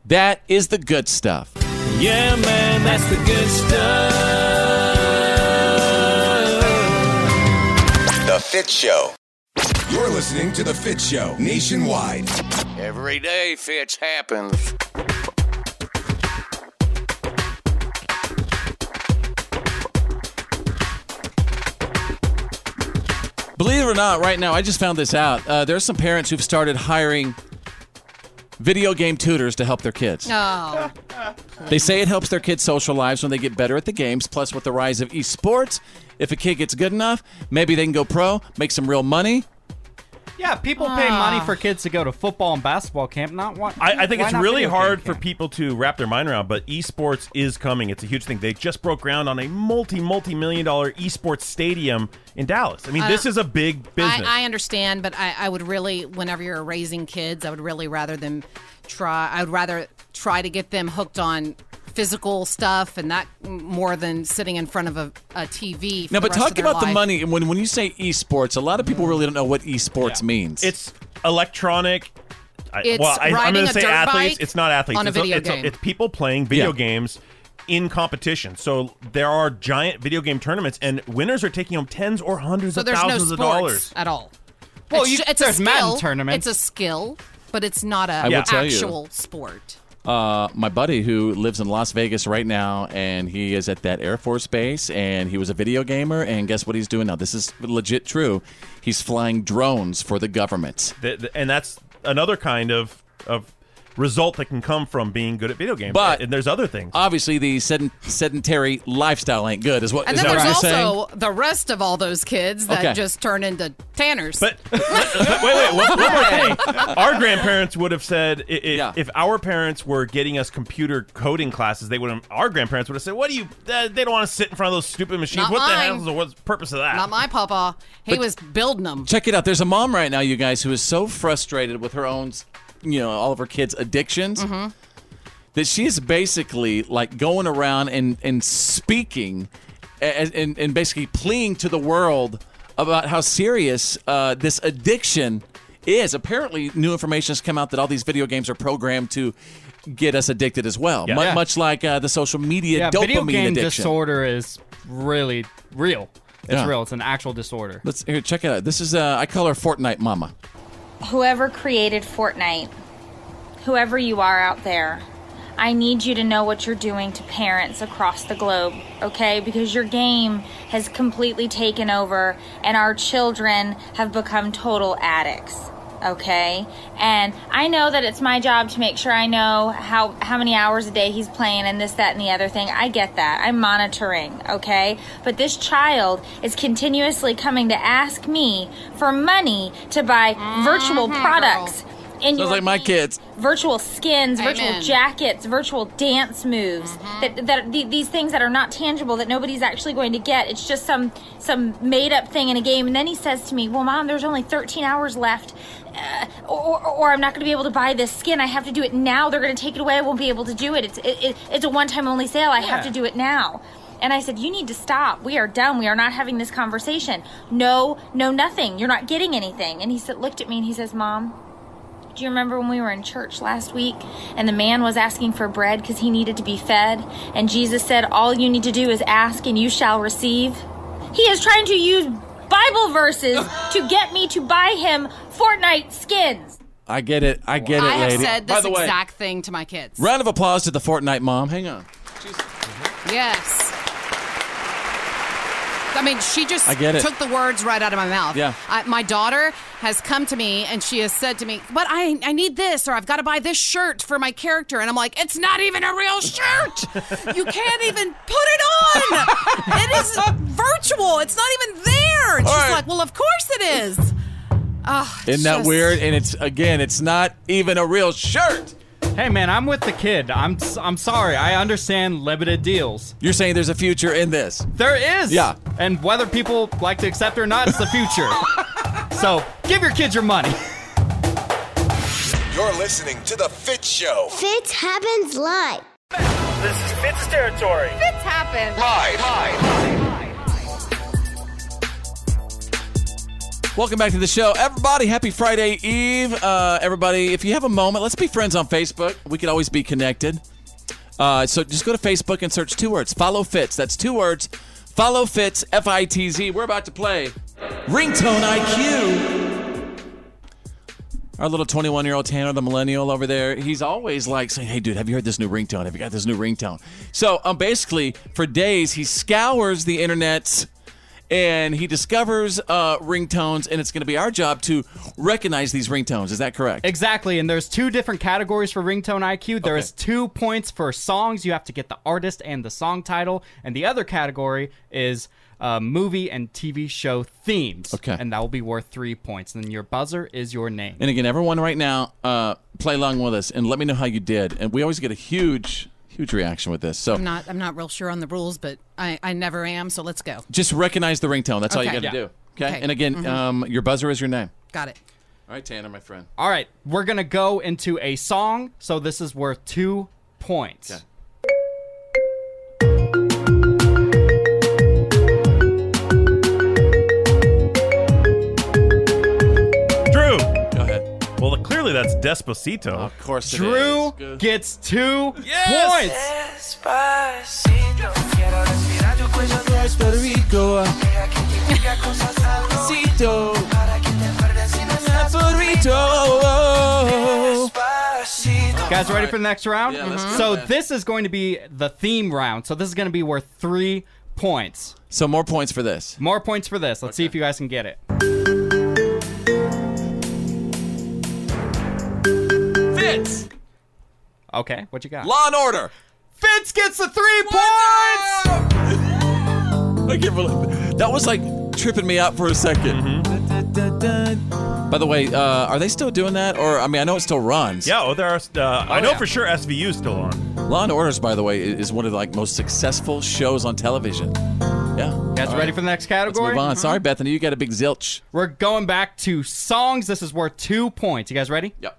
Speaker 5: That is the good stuff.
Speaker 11: Yeah, man, that's the good stuff.
Speaker 2: The Fit Show. You're listening to The Fit Show nationwide.
Speaker 13: Every day, Fitch happens.
Speaker 5: Believe it or not, right now, I just found this out. Uh, there are some parents who've started hiring video game tutors to help their kids.
Speaker 7: Oh.
Speaker 5: They say it helps their kids' social lives when they get better at the games. Plus, with the rise of esports, if a kid gets good enough, maybe they can go pro, make some real money.
Speaker 6: yeah people pay money
Speaker 4: Ah.
Speaker 6: for kids to go to football and basketball camp not want
Speaker 4: I, I think
Speaker 6: why
Speaker 4: it's
Speaker 6: not
Speaker 4: really
Speaker 6: video
Speaker 4: hard for people to wrap their mind around, but esports is coming. It's a huge thing. They just broke ground on a multi multi million dollar esports stadium in Dallas. I mean,
Speaker 7: I
Speaker 4: this
Speaker 7: don't-
Speaker 4: is a big business.
Speaker 7: Uh, I, I understand, but I, I would really, whenever you're raising kids, I would really rather them try. I would rather try to get them hooked on physical stuff and that more than sitting in front of a, a TV. For
Speaker 5: Now, but
Speaker 7: the rest of
Speaker 5: talk
Speaker 7: their
Speaker 5: about the
Speaker 7: life.
Speaker 5: money. And when, when you say esports, a lot of people really don't know what esports means.
Speaker 4: It's electronic. I,
Speaker 7: It's
Speaker 4: well, I, am
Speaker 7: riding
Speaker 4: going
Speaker 7: a
Speaker 4: to say
Speaker 7: dirt
Speaker 4: athletes.
Speaker 7: bike
Speaker 4: It's not athletes.
Speaker 7: on a
Speaker 4: it's,
Speaker 7: video
Speaker 4: it's,
Speaker 7: game.
Speaker 4: it's people playing video games in competition. So there are giant video game tournaments, and winners are taking home tens or hundreds
Speaker 7: So
Speaker 4: of
Speaker 7: there's no
Speaker 4: thousands
Speaker 7: sports
Speaker 4: of dollars.
Speaker 7: at all.
Speaker 6: Well,
Speaker 7: it's,
Speaker 6: you-
Speaker 7: ju- it's
Speaker 6: there's
Speaker 7: a
Speaker 6: Madden
Speaker 7: skill.
Speaker 6: tournaments.
Speaker 7: It's a skill, but it's not
Speaker 5: I
Speaker 7: a
Speaker 5: will tell you.
Speaker 7: actual sport.
Speaker 5: Uh, my buddy who lives in Las Vegas right now, and he is at that Air Force base, and he was a video gamer, and guess what he's doing now? This is legit true. He's flying drones for the government.
Speaker 4: Th- th- and that's another kind of of result that can come from being good at video games.
Speaker 5: But-
Speaker 4: and there's other things.
Speaker 5: Obviously, the sedent- sedentary lifestyle ain't good, is what
Speaker 7: And
Speaker 5: is
Speaker 7: then
Speaker 5: that
Speaker 7: there's
Speaker 5: what you're saying?
Speaker 7: also the rest of all those kids that
Speaker 5: Okay.
Speaker 7: just turn into tanners.
Speaker 4: But wait, wait, one, one more thing. Our grandparents would have said i- i- if our parents were getting us computer coding classes, they would have. Our grandparents would have said, "What do you? They they don't want to sit in front of those stupid machines.
Speaker 7: Not
Speaker 4: what the
Speaker 7: mine.
Speaker 4: hell is the what's the purpose of that?"
Speaker 7: not my papa. He
Speaker 5: But-
Speaker 7: was building them.
Speaker 5: Check it out. There's a mom right now, you guys, who is so frustrated with her own, you know, all of her kids' addictions
Speaker 7: Mhm.
Speaker 5: that she is basically like going around and and speaking and and, and basically pleading to the world about how serious uh, this addiction is. Apparently, new information has come out that all these video games are programmed to get us addicted as well,
Speaker 6: Yeah.
Speaker 5: Mu-
Speaker 6: Yeah.
Speaker 5: much like uh, the social media
Speaker 6: yeah
Speaker 5: dopamine
Speaker 6: video game
Speaker 5: addiction.
Speaker 6: disorder is really real it's
Speaker 5: Yeah.
Speaker 6: real it's an actual disorder
Speaker 5: Let's here check it out. This is uh, I call her Fortnite Mama.
Speaker 19: Whoever created Fortnite, whoever you are out there, I need you to know what you're doing to parents across the globe, okay? Because your game has completely taken over and our children have become total addicts, okay? And I know that it's my job to make sure I know how how many hours a day he's playing and this that and the other thing. I get that. I'm monitoring, okay? But this child is continuously coming to ask me for money to buy virtual products And
Speaker 5: Sounds
Speaker 19: you
Speaker 5: like my kids.
Speaker 19: virtual skins, virtual
Speaker 7: Amen.
Speaker 19: jackets, virtual dance moves. That that th- these things that are not tangible that nobody's actually going to get. It's just some some made up thing in a game. And then he says to me, "Well, mom, there's only 13 hours left." Uh, or, or, or I'm not going to be able to buy this skin. I have to do it now. They're going to take it away. I won't be able to do it. It's it, it, it's a one time only sale. I have to
Speaker 7: Yeah.
Speaker 19: do it now. And I said, You need to stop. We are done. We are not having this conversation. No, no, nothing. You're not getting anything. And he said, looked at me and he says, Mom, do you remember when we were in church last week and the man was asking for bread because he needed to be fed? And Jesus said, All you need to do is ask and you shall receive. He is trying to use Bible verses to get me to buy him Fortnite skins.
Speaker 5: I get it. I get
Speaker 7: I
Speaker 5: it,
Speaker 7: have
Speaker 5: lady.
Speaker 7: said
Speaker 5: By
Speaker 7: this
Speaker 5: the way,
Speaker 7: exact thing to my kids.
Speaker 5: round of applause to the Fortnite mom. Hang on.
Speaker 7: Yes. I mean, she just
Speaker 5: I get it.
Speaker 7: took the words right out of my mouth.
Speaker 5: Yeah.
Speaker 7: I, my daughter has come to me and she has said to me, "But I, I need this, or I've got to buy this shirt for my character," and I'm like, "It's not even a real shirt. you can't even put it on. it is virtual. It's not even there." And she's like, "Well, of course it is." Ah,
Speaker 5: Isn't that
Speaker 7: just-
Speaker 5: weird? And it's again, it's not even a real shirt.
Speaker 6: Hey man, I'm with the kid. I'm s- I'm sorry. I understand limited deals.
Speaker 5: You're saying there's a future in this.
Speaker 6: There is.
Speaker 5: Yeah.
Speaker 6: And whether people like to accept it or not, it's the future. so give your kids your money.
Speaker 2: You're listening to The Fit Show.
Speaker 8: Fitz happens live.
Speaker 2: This is Fitz territory.
Speaker 12: Fits happen.
Speaker 2: Live.
Speaker 5: Welcome back to the show, everybody. Happy Friday Eve, uh, everybody. If you have a moment, let's be friends on Facebook. We could always be connected. Uh, so just go to Facebook and search two words. Follow Fitz. That's two words. Follow Fitz. F I T Z. We're about to play Ringtone IQ. Our little 21 year old Tanner, the millennial over there, he's always like saying, Hey, dude, have you heard this new ringtone? Have you got this new ringtone? So um, basically, for days, he scours the internets and he discovers uh, ringtones, and it's going to be our job to recognize these ringtones. Is that correct?
Speaker 6: Exactly, and there's two different categories for ringtone IQ. There is two points for songs. You have to get the artist and the song title, and the other category is uh, movie and TV show themes. Okay, and that will be worth three points. And then your buzzer is your name.
Speaker 5: And again, everyone right now, uh, play along with us and let me know how you did. And we always get a huge, huge reaction with this. So
Speaker 7: I'm not. I'm not real sure on the rules, but I, I never am. So let's go.
Speaker 5: just recognize the ringtone. That's all you
Speaker 7: Okay.
Speaker 5: got to
Speaker 7: Yeah.
Speaker 5: do. Okay?
Speaker 7: Okay.
Speaker 5: And again,
Speaker 7: Mhm.
Speaker 5: um, your buzzer is your name.
Speaker 7: Got it.
Speaker 5: All right, Tanner, my friend.
Speaker 6: All right, we're gonna go into a song. So this is worth two points.
Speaker 4: Drew.
Speaker 5: Go ahead.
Speaker 4: Well, clearly that's Despacito.
Speaker 5: Uh,
Speaker 4: Of
Speaker 5: course,
Speaker 6: Drew gets two points. Guys, ready for the next round?
Speaker 5: Yeah, let's Mhm. go,
Speaker 6: So
Speaker 5: man.
Speaker 6: this is going to be the theme round. So this is going to be worth three points.
Speaker 5: So more points for this.
Speaker 6: More points for this. Let's see if you guys can get it.
Speaker 5: Fitz.
Speaker 6: Okay, what you got?
Speaker 5: Law and Order.
Speaker 6: Fitz gets the three points.
Speaker 5: I can't believe that was like tripping me out for a 2nd By the way, uh, are they still doing that? Or I mean, I know it still runs.
Speaker 4: Yeah, oh, there are. Uh, I
Speaker 5: Oh,
Speaker 4: know
Speaker 5: yeah.
Speaker 4: for sure SVU is still on.
Speaker 5: Law and Orders, by the way, i- is one of the like most successful shows on television. Yeah.
Speaker 6: Guys,
Speaker 5: All
Speaker 6: ready
Speaker 5: right.
Speaker 6: for the next
Speaker 5: Let's
Speaker 6: category?
Speaker 5: move on. Sorry, Bethany, you got a big zilch.
Speaker 6: We're going back to songs. This is worth two points. You guys ready?
Speaker 5: Yep.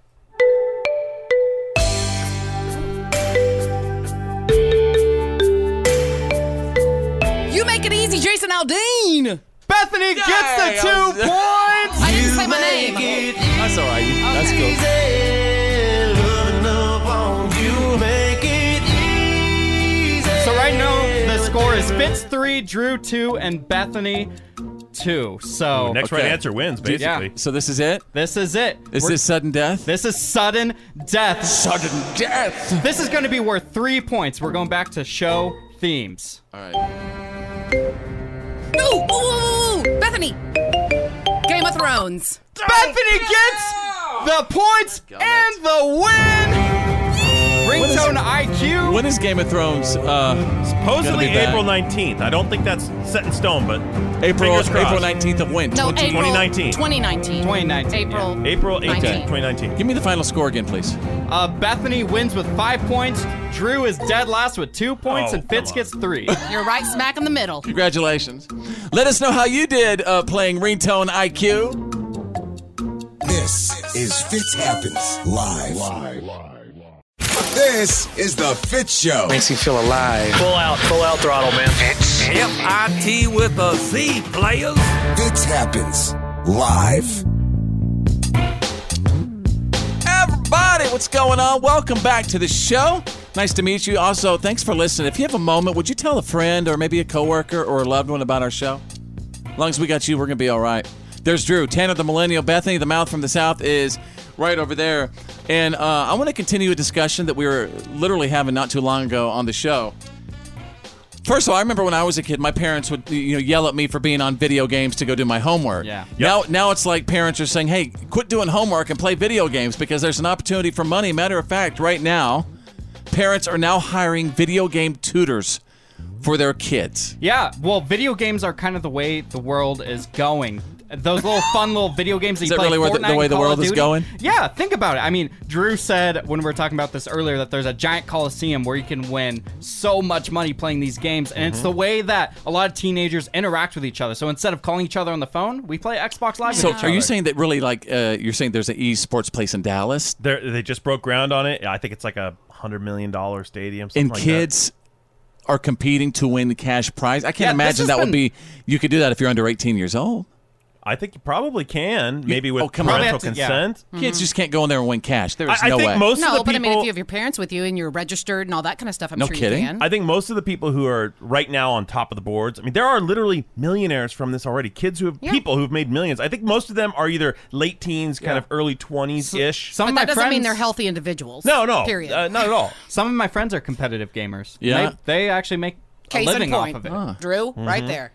Speaker 7: You make it easy, Jason Aldean.
Speaker 6: Bethany
Speaker 7: gets
Speaker 6: the two points.
Speaker 7: I didn't say my name.
Speaker 5: That's all right. That's cool.
Speaker 6: So right now the score is Fitz three, Drew two, and Bethany two. So
Speaker 4: Ooh, next right Okay. answer wins,
Speaker 5: Dude,
Speaker 4: basically.
Speaker 5: So this is it.
Speaker 6: This is it.
Speaker 5: Is this sudden death?
Speaker 6: This is sudden death.
Speaker 5: Sudden death.
Speaker 6: This is going to be worth three points. We're going back to show themes.
Speaker 5: All right.
Speaker 7: No! Ooh, ooh, ooh, ooh. Bethany! Game of Thrones.
Speaker 6: Bethany gets the points and the win. Ringtone IQ
Speaker 4: you.
Speaker 5: When is Game of Thrones? Uh,
Speaker 4: Supposedly
Speaker 5: gonna be back?
Speaker 4: April 19th. I don't think that's set in stone, but
Speaker 5: April-
Speaker 4: fingers crossed.
Speaker 5: April 19th of when?
Speaker 7: No, April
Speaker 4: 2019.
Speaker 7: 2019.
Speaker 6: 2019,
Speaker 7: April.
Speaker 4: April 18th,
Speaker 7: 19th.
Speaker 4: 2019.
Speaker 5: Give me the final score again, please.
Speaker 6: Uh, Bethany wins with five points. Drew is dead last with two points,
Speaker 5: Oh,
Speaker 6: and Fitz gets three.
Speaker 7: You're right smack in the middle.
Speaker 5: Congratulations. Let us know how you did uh, playing Ringtone IQ.
Speaker 2: This is Fitz Happens live. This is the Fitz Show. Makes you feel alive.
Speaker 20: Full out, full out throttle, man.
Speaker 2: Fitz.
Speaker 20: F-I-T with a Z, players.
Speaker 2: Fitz Happens live.
Speaker 5: Everybody, what's going on? Welcome back to the show. Nice to meet you. Also, thanks for listening. If you have a moment, would you tell a friend or maybe a coworker or a loved one about our show? As long as we got you, we're going to be all right. There's Drew, Tanner the Millennial, Bethany the Mouth from the South is right over there. And uh, I want to continue a discussion that we were literally having not too long ago on the show. First of all, I remember when I was a kid, my parents would you know yell at me for being on video games to go do my homework.
Speaker 6: Yeah.
Speaker 5: Now, now it's like parents are saying, "Hey, quit doing homework and play video games because there's an opportunity for money." Matter of fact, right now, parents are now hiring video game tutors for their kids.
Speaker 6: Yeah, well, video games are kind of the way the world is going. Those little fun little video games that
Speaker 5: Is
Speaker 6: you
Speaker 5: that
Speaker 6: play
Speaker 5: really where the-
Speaker 6: Fortnite
Speaker 5: the way
Speaker 6: and
Speaker 5: the
Speaker 6: Call of
Speaker 5: world is
Speaker 6: Duty.
Speaker 5: going?
Speaker 6: Yeah, think about it. I mean, Drew said when we were talking about this earlier that there's a giant coliseum where you can win so much money playing these games, and it's
Speaker 5: Mhm.
Speaker 6: the way that a lot of teenagers interact with each other. So instead of calling each other on the phone, we play Xbox Live.
Speaker 5: So,
Speaker 6: with each
Speaker 5: are you
Speaker 6: other.
Speaker 5: saying that really like uh, you're saying there's an esports place in Dallas
Speaker 4: They're, they just broke ground on it. I think it's like a $100 million stadium. something
Speaker 5: and
Speaker 4: like that.
Speaker 5: kids are competing to win the cash prize? I can't
Speaker 4: Yeah, this
Speaker 5: imagine
Speaker 4: has
Speaker 5: that would
Speaker 4: been- Mm-hmm.
Speaker 5: be you could do that if you're under 18 years old.
Speaker 4: I think you probably can, maybe with
Speaker 5: oh, come on.
Speaker 4: parental consent.
Speaker 5: Kids just can't go in there and win cash. There's
Speaker 4: I
Speaker 5: no
Speaker 4: think
Speaker 5: way.
Speaker 4: most
Speaker 7: no,
Speaker 4: of the
Speaker 7: but I mean, if
Speaker 4: people-
Speaker 7: you have your parents with you and you're registered and all that kind of stuff, I'm sure you can.
Speaker 4: I think most of the people who are right now on top of the boards, I mean, there are literally millionaires from this already. Kids who have people who've made millions. I think most of them are either late teens, kind of early twenties ish.
Speaker 7: but that doesn't mean they're healthy individuals.
Speaker 4: No, no,
Speaker 7: Period.
Speaker 4: uh, not at all.
Speaker 6: Some of my friends are competitive gamers.
Speaker 4: Yeah.
Speaker 6: they, they actually make
Speaker 7: Case
Speaker 6: a
Speaker 7: in
Speaker 6: living
Speaker 7: point.
Speaker 6: off of it.
Speaker 7: Drew, right
Speaker 4: Mhm.
Speaker 7: there.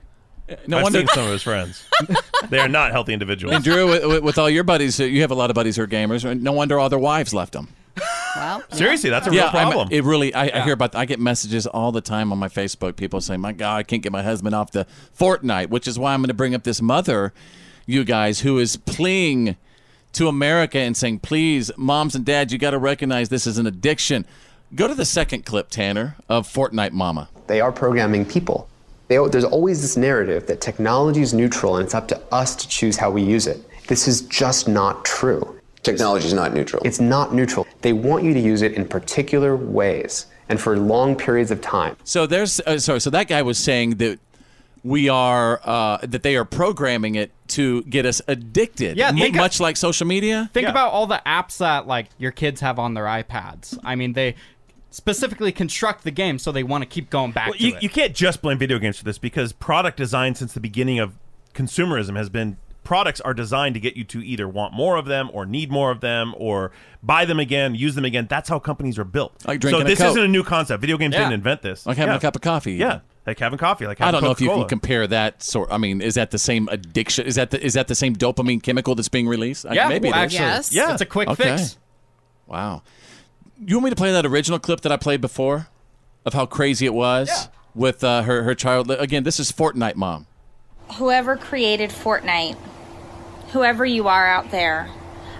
Speaker 5: No
Speaker 4: I've
Speaker 5: wonder-
Speaker 4: seen some of his friends. they are not healthy individuals.
Speaker 5: And Drew, with- with, with all your buddies, uh, you have a lot of buddies who are gamers. and No wonder all their wives left them.
Speaker 7: Well,
Speaker 4: Seriously, that's a
Speaker 5: yeah,
Speaker 4: real problem.
Speaker 5: I'm, it really. I, I hear about. I get messages all the time on my Facebook. People saying, "My God, I can't get my husband off the Fortnite," which is why I'm going to bring up this mother, you guys, who is pleading to America and saying, "Please, moms and dads, you got to recognize this is an addiction." Go to the second clip, Tanner, of Fortnite Mama.
Speaker 21: They are programming people. They, there's always this narrative that technology is neutral and it's up to us to choose how we use it. This is just not true. Technology is not neutral. It's not neutral. They want you to use it in particular ways and for long periods of time.
Speaker 5: So there's uh, sorry. So that guy was saying that we are uh, that they are programming it to get us addicted.
Speaker 6: Yeah,
Speaker 5: mu-
Speaker 6: think-
Speaker 5: much like social media.
Speaker 6: Think
Speaker 5: Yeah.
Speaker 6: about all the apps that like your kids have on their iPads. I mean, they specifically construct the game so they want to keep going back
Speaker 4: Well,
Speaker 6: to
Speaker 4: you,
Speaker 6: it.
Speaker 4: you can't just blame video games for this because product design since the beginning of consumerism has been products are designed to get you to either want more of them or need more of them or buy them again, use them again. That's how companies are built.
Speaker 5: Like
Speaker 4: so
Speaker 5: drinking a
Speaker 4: this
Speaker 5: Coke.
Speaker 4: isn't a new concept. Video games
Speaker 5: Yeah.
Speaker 4: didn't invent this.
Speaker 5: Like having
Speaker 4: Yeah.
Speaker 5: a cup of coffee.
Speaker 4: Yeah, like having coffee. Like having
Speaker 5: I don't know if you can
Speaker 4: Coca-Cola.
Speaker 5: compare that sort. I mean, is that the same addiction? Is that the, is that the same dopamine chemical that's being released? I-
Speaker 6: Yeah,
Speaker 5: maybe
Speaker 6: well,
Speaker 5: it is.
Speaker 6: actually, Yes. yeah. It's a quick fix.
Speaker 5: Wow. You want me to play that original clip that I played before of how crazy it was with uh, her her child? Again, this is Fortnite mom.
Speaker 19: Whoever created Fortnite, whoever you are out there,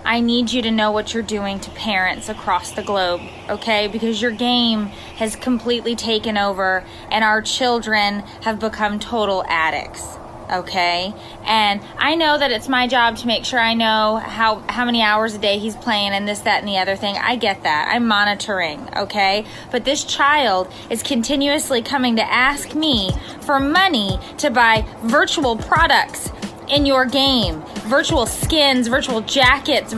Speaker 19: I need you to know what you're doing to parents across the globe, okay? Because your game has completely taken over and our children have become total addicts, okay? And I know that it's my job to make sure I know how how many hours a day he's playing and this that and the other thing. I get that. I'm monitoring, okay? But this child is continuously coming to ask me for money to buy virtual products in your game virtual skins, virtual jackets.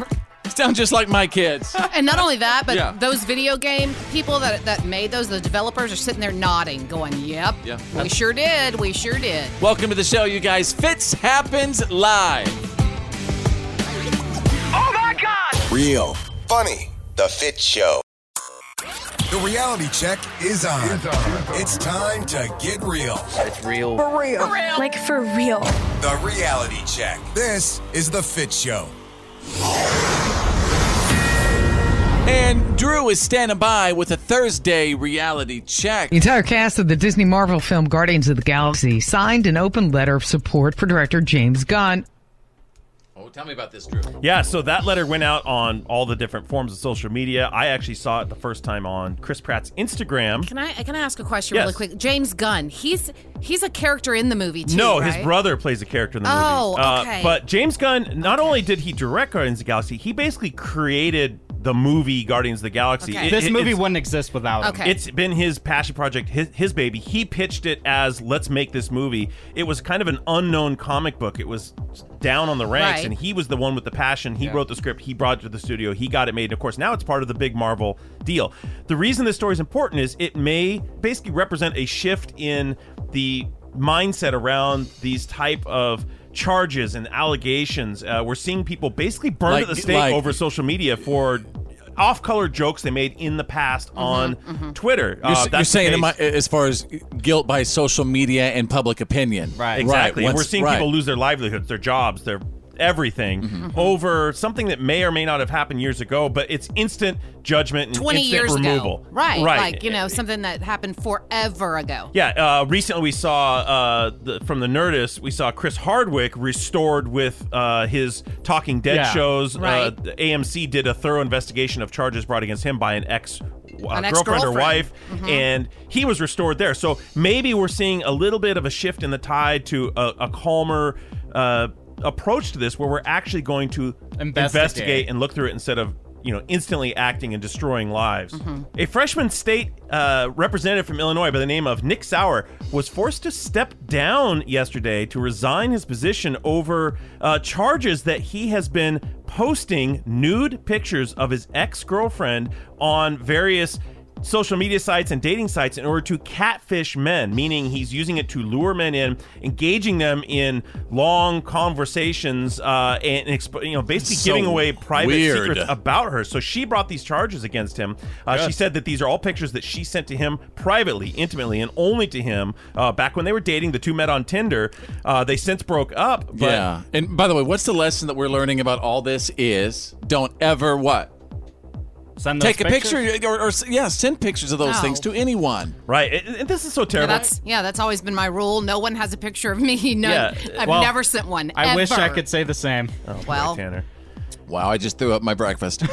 Speaker 5: Sound just like my kids.
Speaker 7: And not only that, but
Speaker 5: Yeah.
Speaker 7: those video game people that that made those, the developers are sitting there nodding, going, "Yep,
Speaker 5: Yeah.
Speaker 7: we sure did, we sure did."
Speaker 5: Welcome to the show, you guys. Fitz happens live.
Speaker 10: Oh my God!
Speaker 2: Real. Funny. The Fit Show. The reality check is on. It's, time to get real. It's real.
Speaker 12: For real. Like for real.
Speaker 2: The reality check. This is The Fit Show.
Speaker 5: And Drew is standing by with a Thursday reality check.
Speaker 1: The entire cast of the Disney Marvel film Guardians of the Galaxy signed an open letter of support for director James Gunn.
Speaker 5: Oh, tell me about this, Drew.
Speaker 4: Yeah, so that letter went out on all the different forms of social media. I actually saw it the first time on Chris Pratt's Instagram.
Speaker 7: Can I can I ask a question
Speaker 4: Yes.
Speaker 7: really quick? James Gunn, he's he's a character in the movie too.
Speaker 4: No, his
Speaker 7: right?
Speaker 4: brother plays a character in the
Speaker 7: Oh,
Speaker 4: movie. Uh,
Speaker 7: okay.
Speaker 4: but James Gunn, not only did he direct Guardians of the Galaxy, he basically created the movie Guardians of the Galaxy.
Speaker 6: Okay. This movie
Speaker 4: wouldn't exist without
Speaker 6: him. Okay.
Speaker 4: It's been his passion project, his, his baby. He pitched it as let's make this movie. It was kind of an unknown comic book. It was down on the ranks,
Speaker 22: Right.
Speaker 4: and he was the one with the passion. He
Speaker 22: Yeah.
Speaker 4: wrote the script. He brought it to the studio. He got it made. And of course, now it's part of the big Marvel deal. The reason this story is important is it may basically represent a shift in the mindset around these type of charges and allegations. Uh, we're seeing people basically burned
Speaker 5: Like-
Speaker 4: at the stake
Speaker 5: like-
Speaker 4: over social media for off-color jokes they made in the
Speaker 7: Mm-hmm,
Speaker 4: past on Twitter.
Speaker 5: You're, s-
Speaker 4: Uh,
Speaker 5: you're
Speaker 4: that's the
Speaker 5: saying
Speaker 4: case.
Speaker 5: am I- as far as guilt by social media and public opinion, right?
Speaker 4: Exactly.
Speaker 5: Right.
Speaker 4: And we're
Speaker 5: Once-
Speaker 4: seeing
Speaker 5: right. Mm-hmm,
Speaker 4: people lose their livelihoods, their jobs, their everything over something that may or may not have happened years ago, but it's instant judgment and
Speaker 7: 20
Speaker 4: instant
Speaker 7: years
Speaker 4: removal.
Speaker 7: ago. Right.
Speaker 4: Right.
Speaker 7: Like, you know, something that happened forever ago.
Speaker 4: yeah, uh, recently we saw uh, the, from the Nerdist, we saw Chris Hardwick restored with uh, his Talking Dead
Speaker 22: Yeah.
Speaker 4: shows. Uh,
Speaker 22: Right.
Speaker 4: the AMC did a thorough investigation of charges brought against him by an ex uh,
Speaker 22: An
Speaker 4: girlfriend or
Speaker 22: ex-girlfriend.
Speaker 4: wife,
Speaker 22: Mhm.
Speaker 4: and he was restored there. So maybe we're seeing a little bit of a shift in the tide to a, a calmer uh, approach to this, where we're actually going to
Speaker 6: Investigate.
Speaker 4: and look through it instead of you know instantly acting and destroying lives.
Speaker 6: Mhm.
Speaker 4: A freshman state uh, representative from Illinois by the name of Nick Sauer was forced to step down yesterday to resign his position over uh, charges that he has been posting nude pictures of his ex girlfriend on various social media sites and dating sites in order to catfish men, meaning he's using it to lure men in, engaging them in long conversations, uh, and exp- you know basically
Speaker 22: So
Speaker 4: giving away private
Speaker 22: weird.
Speaker 4: secrets about her. So she brought these charges against him. Uh, She
Speaker 22: Yes.
Speaker 4: said that these are all pictures that she sent to him privately, intimately, and only to him. Uh, back when they were dating, the two met on Tinder. Uh, they since broke up. But
Speaker 5: yeah. And by the way, what's the lesson that we're learning about all this? Is don't ever what
Speaker 6: send
Speaker 5: take a picture or, or s- yeah, send pictures of those
Speaker 7: No.
Speaker 5: things to anyone.
Speaker 4: Right. And this is so
Speaker 7: Yeah,
Speaker 4: terrible.
Speaker 7: that's yeah, that's always been my rule. No one has a picture of me. No,
Speaker 5: Yeah,
Speaker 7: I've
Speaker 5: well,
Speaker 7: never sent one.
Speaker 5: I wish I
Speaker 7: ever.
Speaker 5: could
Speaker 6: say the same.
Speaker 7: Well.
Speaker 4: Tanner.
Speaker 5: Wow, I just threw up my breakfast.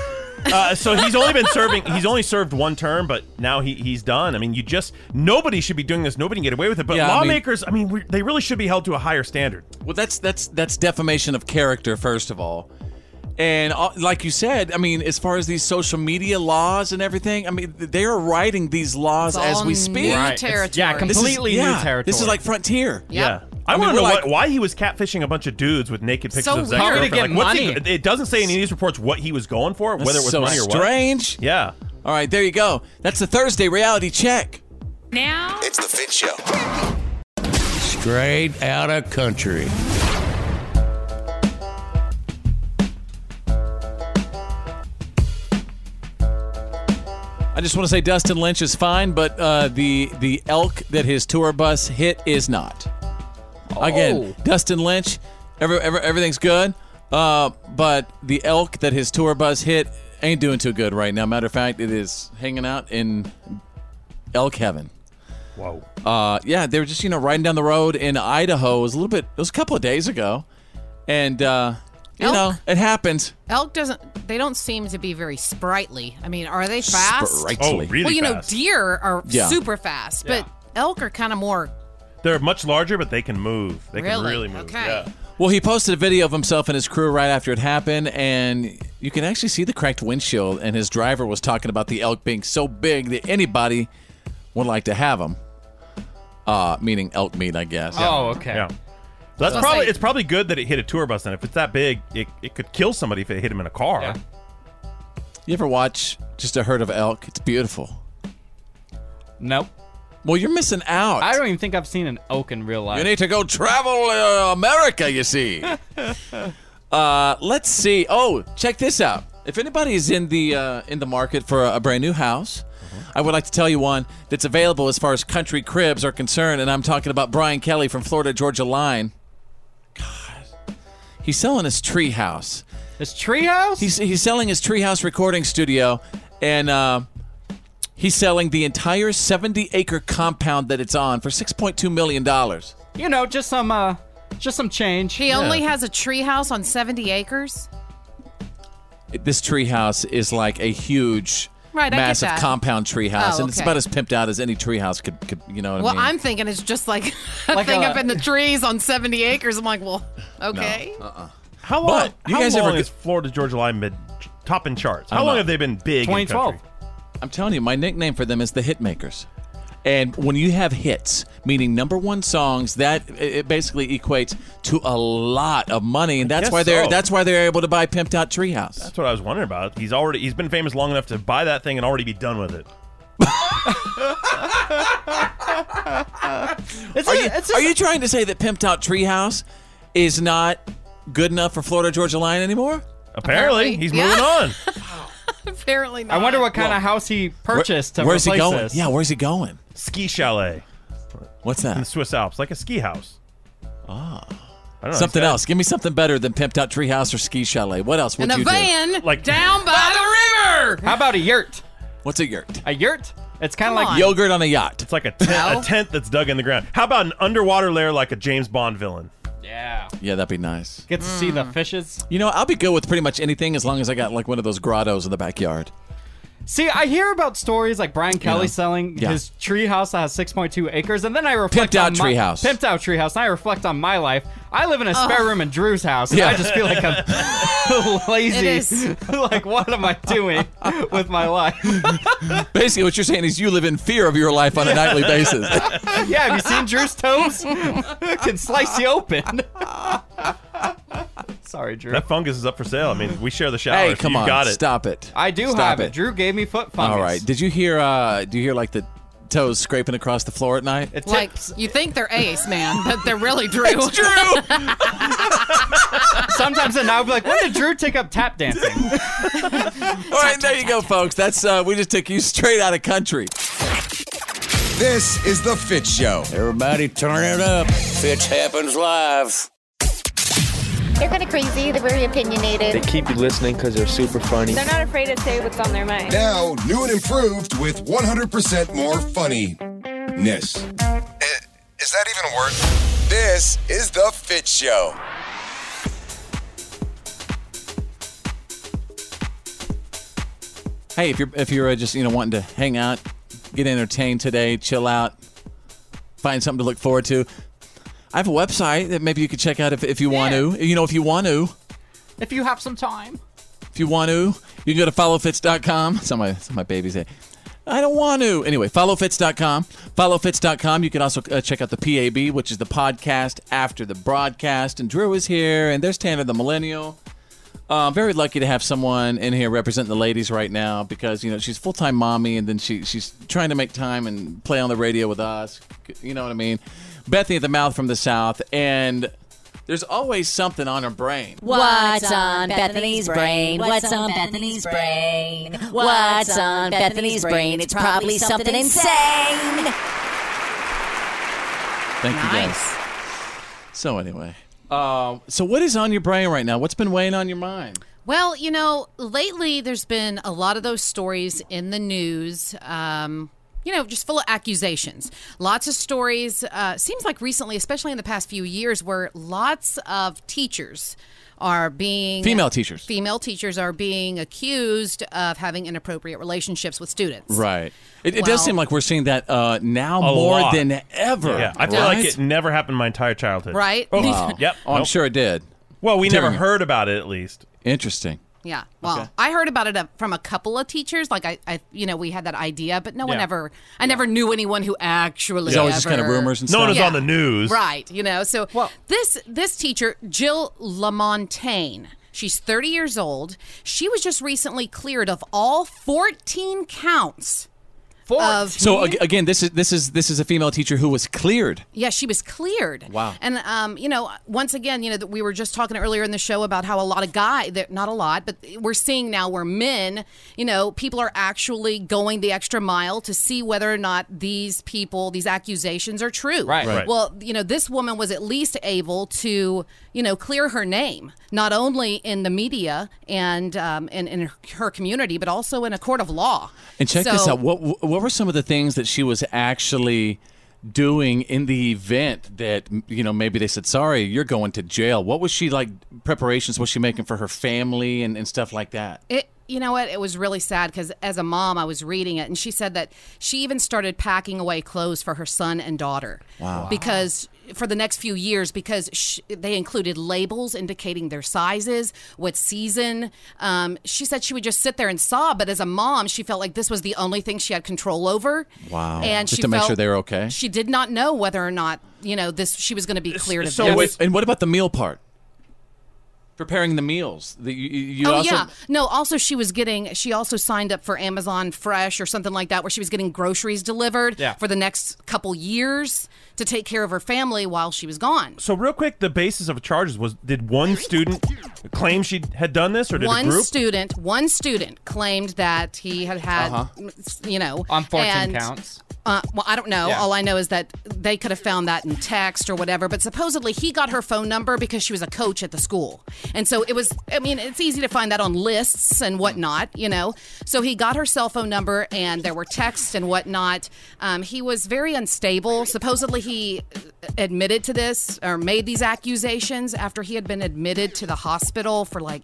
Speaker 4: Uh, so he's only been serving. He's only served one term, but now he, he's done. I mean, you just nobody should be doing this. Nobody can get away with it. But
Speaker 5: Yeah, I mean-
Speaker 4: lawmakers, I mean, we they really should be held to a higher standard.
Speaker 5: Well, that's that's that's defamation of character, first of all. And uh, like you said, I mean, as far as these social media laws and everything, I mean, th- they are writing these laws
Speaker 22: It's
Speaker 5: as
Speaker 22: all
Speaker 5: we
Speaker 22: new
Speaker 5: speak.
Speaker 22: Right. It's- yeah,
Speaker 5: This is-
Speaker 22: completely new
Speaker 5: yeah, This is
Speaker 22: territory.
Speaker 5: like frontier.
Speaker 4: Yeah. I,
Speaker 5: mean,
Speaker 4: want to
Speaker 5: we're
Speaker 4: know
Speaker 5: like-
Speaker 4: what, why he was catfishing a bunch of dudes with naked pictures
Speaker 5: So
Speaker 4: of his
Speaker 5: weird. How did
Speaker 4: ex-girlfriend.
Speaker 5: he get
Speaker 4: Like, what's he-
Speaker 5: money?
Speaker 4: it doesn't say in any of these reports what he was going for,
Speaker 5: That's
Speaker 4: whether it was
Speaker 5: so
Speaker 4: money or what.
Speaker 5: strange.
Speaker 4: Yeah.
Speaker 5: All right, there you go. That's the Thursday reality check.
Speaker 7: Now
Speaker 2: It's the Fit Show.
Speaker 5: Straight out of country. I just want to say Dustin Lynch is fine, but uh, the the elk that his tour bus hit is not. Again, Dustin Lynch, every, every, everything's good, uh, but the elk that his tour bus hit ain't doing too good right now. Matter of fact, it is hanging out in elk heaven.
Speaker 4: Whoa. Oh,
Speaker 5: Uh, yeah, they were just you know riding down the road in Idaho. It was a little bit. It was a couple of days ago, and uh, you
Speaker 7: Elk?
Speaker 5: know it happens.
Speaker 7: Elk doesn't. They don't seem to be very sprightly. I mean, are they fast?
Speaker 5: Sprightly. Oh, really
Speaker 7: well, you
Speaker 4: fast.
Speaker 7: know, deer are
Speaker 4: Yeah.
Speaker 7: super fast, but elk are kind of more.
Speaker 4: They're much larger, but they can move. They can
Speaker 7: Really?
Speaker 4: really move.
Speaker 7: Okay.
Speaker 4: Yeah.
Speaker 5: Well, he posted a video of himself and his crew right after it happened, and you can actually see the cracked windshield. And his driver was talking about the elk being so big that anybody would like to have them. Uh, meaning elk meat, I guess.
Speaker 6: Oh, okay.
Speaker 4: Yeah. That's
Speaker 5: So-
Speaker 4: probably it's probably good that it hit a tour bus. And if it's that big, it, it could kill somebody if it hit him in a car.
Speaker 5: You ever watch just a herd of elk? It's beautiful.
Speaker 6: Nope.
Speaker 5: Well, you're missing out.
Speaker 6: I don't even think I've seen an oak in real life.
Speaker 5: You need to go travel uh, America, you see. uh, let's see. Oh, check this out. If anybody is in the uh, in the market for a, a brand new house, I would like to tell you one that's available as far as country cribs are concerned, and I'm talking about Brian Kelly from Florida Georgia Line. He's selling his treehouse.
Speaker 6: His treehouse?
Speaker 5: He's he's selling his treehouse recording studio and uh, he's selling the entire 70 acre compound that it's on for 6.2 million dollars.
Speaker 6: You know, just some uh just some change.
Speaker 7: He only has a treehouse on 70 acres.
Speaker 5: This treehouse is like a huge,
Speaker 7: Right, I get
Speaker 5: massive
Speaker 7: that.
Speaker 5: compound treehouse,
Speaker 7: Oh,
Speaker 5: and it's
Speaker 7: okay.
Speaker 5: about as pimped out as any treehouse could, could. You know what
Speaker 7: well,
Speaker 5: I mean?
Speaker 7: I'm thinking it's just like a
Speaker 5: Like
Speaker 7: thing
Speaker 5: a-
Speaker 7: up in the trees on 70 acres. I'm like, well, okay.
Speaker 5: uh-uh.
Speaker 4: How long?
Speaker 5: But you
Speaker 4: how
Speaker 5: guys
Speaker 4: long
Speaker 5: ever
Speaker 4: has Florida Georgia Line been top in charts?
Speaker 5: I
Speaker 4: How
Speaker 5: don't
Speaker 4: long
Speaker 5: know.
Speaker 4: have they been big? in country?
Speaker 5: I'm telling you, my nickname for them is the Hitmakers. And when you have hits, meaning number one songs, that it it basically equates to a lot of money, and that's
Speaker 4: guess
Speaker 5: why they're
Speaker 4: so.
Speaker 5: that's why they're able to buy pimped out treehouse.
Speaker 4: That's what I was wondering about. He's already he's been famous long enough to buy that thing and already be done with it.
Speaker 5: are, you, are you trying to say that pimped out treehouse is not good enough for Florida Georgia Line anymore?
Speaker 4: Apparently. He's moving on.
Speaker 7: Apparently not.
Speaker 6: I wonder what kind
Speaker 5: Well,
Speaker 6: of house he purchased to
Speaker 5: where's he
Speaker 6: replace
Speaker 5: going?
Speaker 6: this.
Speaker 5: Yeah, where's he going?
Speaker 4: Ski chalet.
Speaker 5: What's that?
Speaker 4: In the Swiss Alps, like a ski house. Ah. I don't know.
Speaker 5: Something
Speaker 4: He's got-
Speaker 5: else. Give me something better than pimped out treehouse or ski chalet. What else would
Speaker 7: And a
Speaker 5: you do?
Speaker 7: van like, down by, the river.
Speaker 6: How about a yurt?
Speaker 5: What's a yurt?
Speaker 6: A yurt? It's kind
Speaker 7: Come
Speaker 6: of like
Speaker 7: on.
Speaker 5: Yogurt on a yacht.
Speaker 4: It's like a tent, a tent that's dug in the ground. How about an underwater lair like a James Bond villain?
Speaker 6: Yeah.
Speaker 5: Yeah, that'd be nice.
Speaker 6: Get to see the
Speaker 5: Mm.
Speaker 6: fishes.
Speaker 5: You know, I'll be good with pretty much anything as long as I got like one of those grottos in the backyard.
Speaker 6: See, I hear about stories like Brian Kelly
Speaker 5: know.
Speaker 6: selling
Speaker 5: Yeah.
Speaker 6: his treehouse that has 6.2 acres, and then I reflect
Speaker 5: Pimped out
Speaker 6: on my,
Speaker 5: treehouse. Oh.
Speaker 6: Pimped out treehouse. And I reflect on my life. I live in a spare
Speaker 7: Ugh.
Speaker 6: room in Drew's house, and
Speaker 5: Yeah.
Speaker 6: I just feel like I'm lazy.
Speaker 7: It is.
Speaker 6: like, what am I doing with my life?
Speaker 5: Basically, what you're saying is you live in fear of your life on a nightly basis.
Speaker 6: yeah, have you seen Drew's toes? Can slice you open. Sorry, Drew.
Speaker 4: That fungus is up for sale. I mean, we share the shower.
Speaker 5: hey,
Speaker 4: so
Speaker 5: come
Speaker 4: you
Speaker 5: on,
Speaker 4: got it.
Speaker 5: stop it.
Speaker 6: I do
Speaker 5: Stop
Speaker 6: have
Speaker 5: it.
Speaker 6: it. Drew gave me foot fungus.
Speaker 5: All right. Did you hear? uh Do you hear like the toes scraping across the floor at night?
Speaker 6: It
Speaker 7: Like, you think they're ace, man, but they're really Drew.
Speaker 5: It's Drew.
Speaker 6: Sometimes and I'll be like, when did Drew take up tap dancing?
Speaker 5: All right, there you go, folks. That's uh we just took you straight out of country.
Speaker 2: This is The Fit Show.
Speaker 5: Everybody turn it up.
Speaker 20: Fitch happens live.
Speaker 8: They're kind of crazy. They're very opinionated.
Speaker 20: keep you listening because they're super funny.
Speaker 8: not afraid to say what's on their mind.
Speaker 2: Now, new and improved with 100% more funniness. Eh, Is that even a word? This is The Fit Show.
Speaker 5: Hey, if you're if you're uh, just you know wanting to hang out, get entertained today, chill out, find something to look forward to, I have a website that maybe you could check out if if you want to. You know, if you want to,
Speaker 6: if you have some time.
Speaker 5: if you want to, you can go to followfits.com. Some of my some of my babies say, I don't want to. Anyway, followfits.com. Followfits.com. You can also uh, check out the PAB, which is the podcast after the broadcast. And Drew is here, and there's Tanner the Millennial. Uh, very lucky to have someone in here representing the ladies right now because you know she's full time mommy, and then she she's trying to make time and play on the radio with us. You know what I mean? Bethany at the mouth from the south, and there's always something on her brain.
Speaker 9: What's on Bethany's brain? What's on Bethany's brain? What's on Bethany's brain? It's probably something insane.
Speaker 5: Thank you guys. So anyway, uh, so what is on your brain right now? What's been weighing on your mind?
Speaker 7: Well, you know, lately there's been a lot of those stories in the news. Um, you know, just full of accusations. Lots of stories. Uh, seems like recently, especially in the past few years, where lots of teachers are being
Speaker 5: Female teachers.
Speaker 7: Female teachers are being accused of having inappropriate relationships with students.
Speaker 5: Right. It, it
Speaker 7: Well-
Speaker 5: does seem like we're seeing that uh, now
Speaker 4: A
Speaker 5: more
Speaker 4: lot.
Speaker 5: than ever.
Speaker 4: Yeah, I feel
Speaker 5: right?
Speaker 4: like it never happened my entire childhood.
Speaker 7: Right?
Speaker 4: Oh,
Speaker 7: Wow.
Speaker 4: Yep.
Speaker 5: Oh, I'm
Speaker 4: Nope.
Speaker 5: sure it did.
Speaker 4: Well, we never
Speaker 5: Terrible.
Speaker 4: heard about it at least.
Speaker 5: Interesting.
Speaker 7: Yeah. Well,
Speaker 4: Okay.
Speaker 7: I heard about it uh, from a couple of teachers. Like I, I, you know, we had that idea, but no one
Speaker 4: Yeah.
Speaker 7: ever. I never knew anyone who actually.
Speaker 5: There's always just kind of
Speaker 7: ever-
Speaker 5: rumors and
Speaker 4: No one
Speaker 5: stuff.
Speaker 4: is on the news.
Speaker 7: Right. You know. So this this teacher, Jill Lamontagne. She's 30 years old. She was just recently cleared of all 14 counts of
Speaker 5: So ag- again, this is this is this is a female teacher who was cleared.
Speaker 7: Yeah, she was cleared.
Speaker 5: Wow.
Speaker 7: And um, you know, once again, you know that we were just talking earlier in the show about how a lot of guy, that not a lot, but we're seeing now where men, you know, people are actually going the extra mile to see whether or not these people, these accusations are true.
Speaker 6: Right. Right.
Speaker 7: Well, you know, this woman was at least able to, you know, clear her name, not only in the media and um, and in her community, but also in a court of law.
Speaker 5: And check this
Speaker 7: So-
Speaker 5: out. What what were some of the things that she was actually doing in the event that you know maybe they said sorry you're going to jail what was she like preparations was she making for her family and, and stuff like that
Speaker 7: It, you know what? It was really sad because as a mom, I was reading it, and she said that she even started packing away clothes for her son and daughter.
Speaker 5: Wow.
Speaker 7: Because for the next few years, because sh they included labels indicating their sizes, what season. Um, she said she would just sit there and sob, but as a mom, she felt like this was the only thing she had control over.
Speaker 5: wow
Speaker 7: And
Speaker 5: just
Speaker 7: she
Speaker 5: to make
Speaker 7: felt-
Speaker 5: sure they were okay
Speaker 7: She did not know whether or not you know this. She was going to be cleared of
Speaker 5: so
Speaker 7: this.
Speaker 5: wait, and what about the meal part preparing the meals the, you, you you
Speaker 7: oh
Speaker 5: also
Speaker 7: yeah, no. Also, she was getting. She also signed up for Amazon Fresh or something like that, where she was getting groceries delivered
Speaker 4: Yeah.
Speaker 7: for the next couple years to take care of her family while she was gone.
Speaker 4: So real quick, the basis of charges was: did one student claim she had done this, or did
Speaker 7: One
Speaker 4: a group?
Speaker 7: student, one student claimed that he had had,
Speaker 4: Uh-huh.
Speaker 7: you know,
Speaker 6: On 14
Speaker 7: and-
Speaker 6: counts.
Speaker 7: Uh, well, I don't know.
Speaker 6: Yeah.
Speaker 7: All I know is that they could have found that in text or whatever. But supposedly he got her phone number because she was a coach at the school, and so it was. I mean, it's easy to find that on lists and whatnot, you know. So he got her cell phone number, and there were texts and whatnot. Um, he was very unstable. Supposedly he admitted to this or made these accusations after he had been admitted to the hospital for like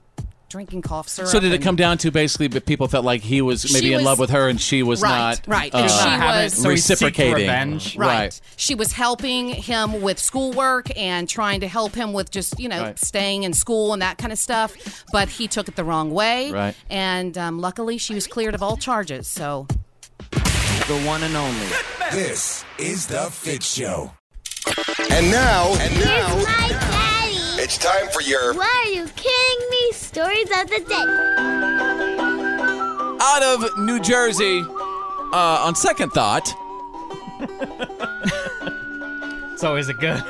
Speaker 7: drinking cough syrup.
Speaker 5: so did it
Speaker 7: and-
Speaker 5: come down to basically that people felt like he was maybe
Speaker 7: She
Speaker 5: in
Speaker 7: was-
Speaker 5: love with her and she was
Speaker 7: Right,
Speaker 5: not uh,
Speaker 7: right, and she Not was- having- so he seeked
Speaker 5: reciprocating
Speaker 6: revenge.
Speaker 7: Right. She was helping him with schoolwork and trying to help him with just, you know,
Speaker 5: Right.
Speaker 7: staying in school and that kind of stuff. But he took it the wrong way.
Speaker 5: Right.
Speaker 7: And um, luckily, she was cleared of all charges. So
Speaker 20: The one and only.
Speaker 2: This is The Fit Show.
Speaker 20: And now, and now,
Speaker 8: My daddy.
Speaker 2: It's time for your
Speaker 8: Why are you kidding me? Stories of the day.
Speaker 5: out of New Jersey. Uh, on second thought,
Speaker 6: So is it good?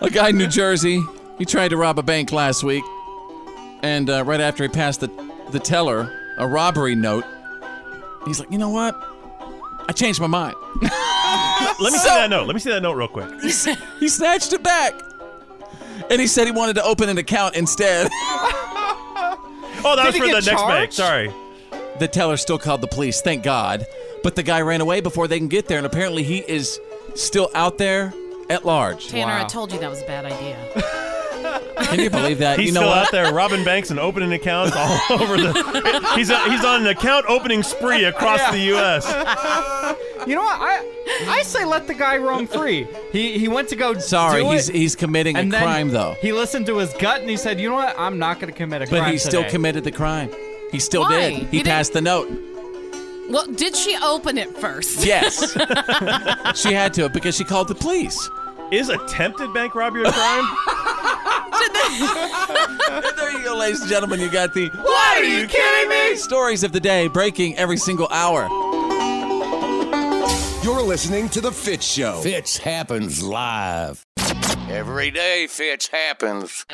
Speaker 5: a guy in New Jersey, he tried to rob a bank last week, and uh, right after he passed the the teller a robbery note, he's like, you know what? I changed my mind.
Speaker 4: Let me see
Speaker 5: So-
Speaker 4: that note. Let me see that note real quick.
Speaker 5: He, s- he snatched it back, and he said he wanted to open an account instead.
Speaker 4: Oh,
Speaker 5: Did
Speaker 4: that was
Speaker 5: he
Speaker 4: for the
Speaker 5: get
Speaker 4: next bank.
Speaker 5: charged?
Speaker 4: Sorry.
Speaker 5: The teller still called the police, thank God. But the guy ran away before they can get there, and apparently he is still out there at large.
Speaker 7: Tanner, I told you that was a bad idea.
Speaker 5: Can you believe that?
Speaker 4: He's
Speaker 5: you know
Speaker 4: still
Speaker 5: what?
Speaker 4: out there robbing banks and opening accounts all over the. He's a, he's on an account opening spree across the U.S.
Speaker 6: you know what? I I say let the guy roam free. He he went to go.
Speaker 5: Sorry,
Speaker 6: do
Speaker 5: he's
Speaker 6: it,
Speaker 5: he's committing a
Speaker 6: and then
Speaker 5: crime though.
Speaker 6: He listened to his gut and he said, "You know what? I'm not going to commit a crime."
Speaker 5: But he still
Speaker 6: today."
Speaker 5: committed the crime. He still
Speaker 7: Why?
Speaker 5: did.
Speaker 7: He
Speaker 5: He
Speaker 7: didn't-
Speaker 5: passed the note.
Speaker 7: well, did she open it first?
Speaker 5: Yes. she had to because she called the police.
Speaker 4: Is attempted bank robbery a crime?
Speaker 5: there you go, ladies and gentlemen. You got the
Speaker 10: Why are you kidding me?
Speaker 5: stories of the day breaking every single hour.
Speaker 2: You're listening to The Fit Show.
Speaker 20: Fitch happens live. Every day, Fitch happens.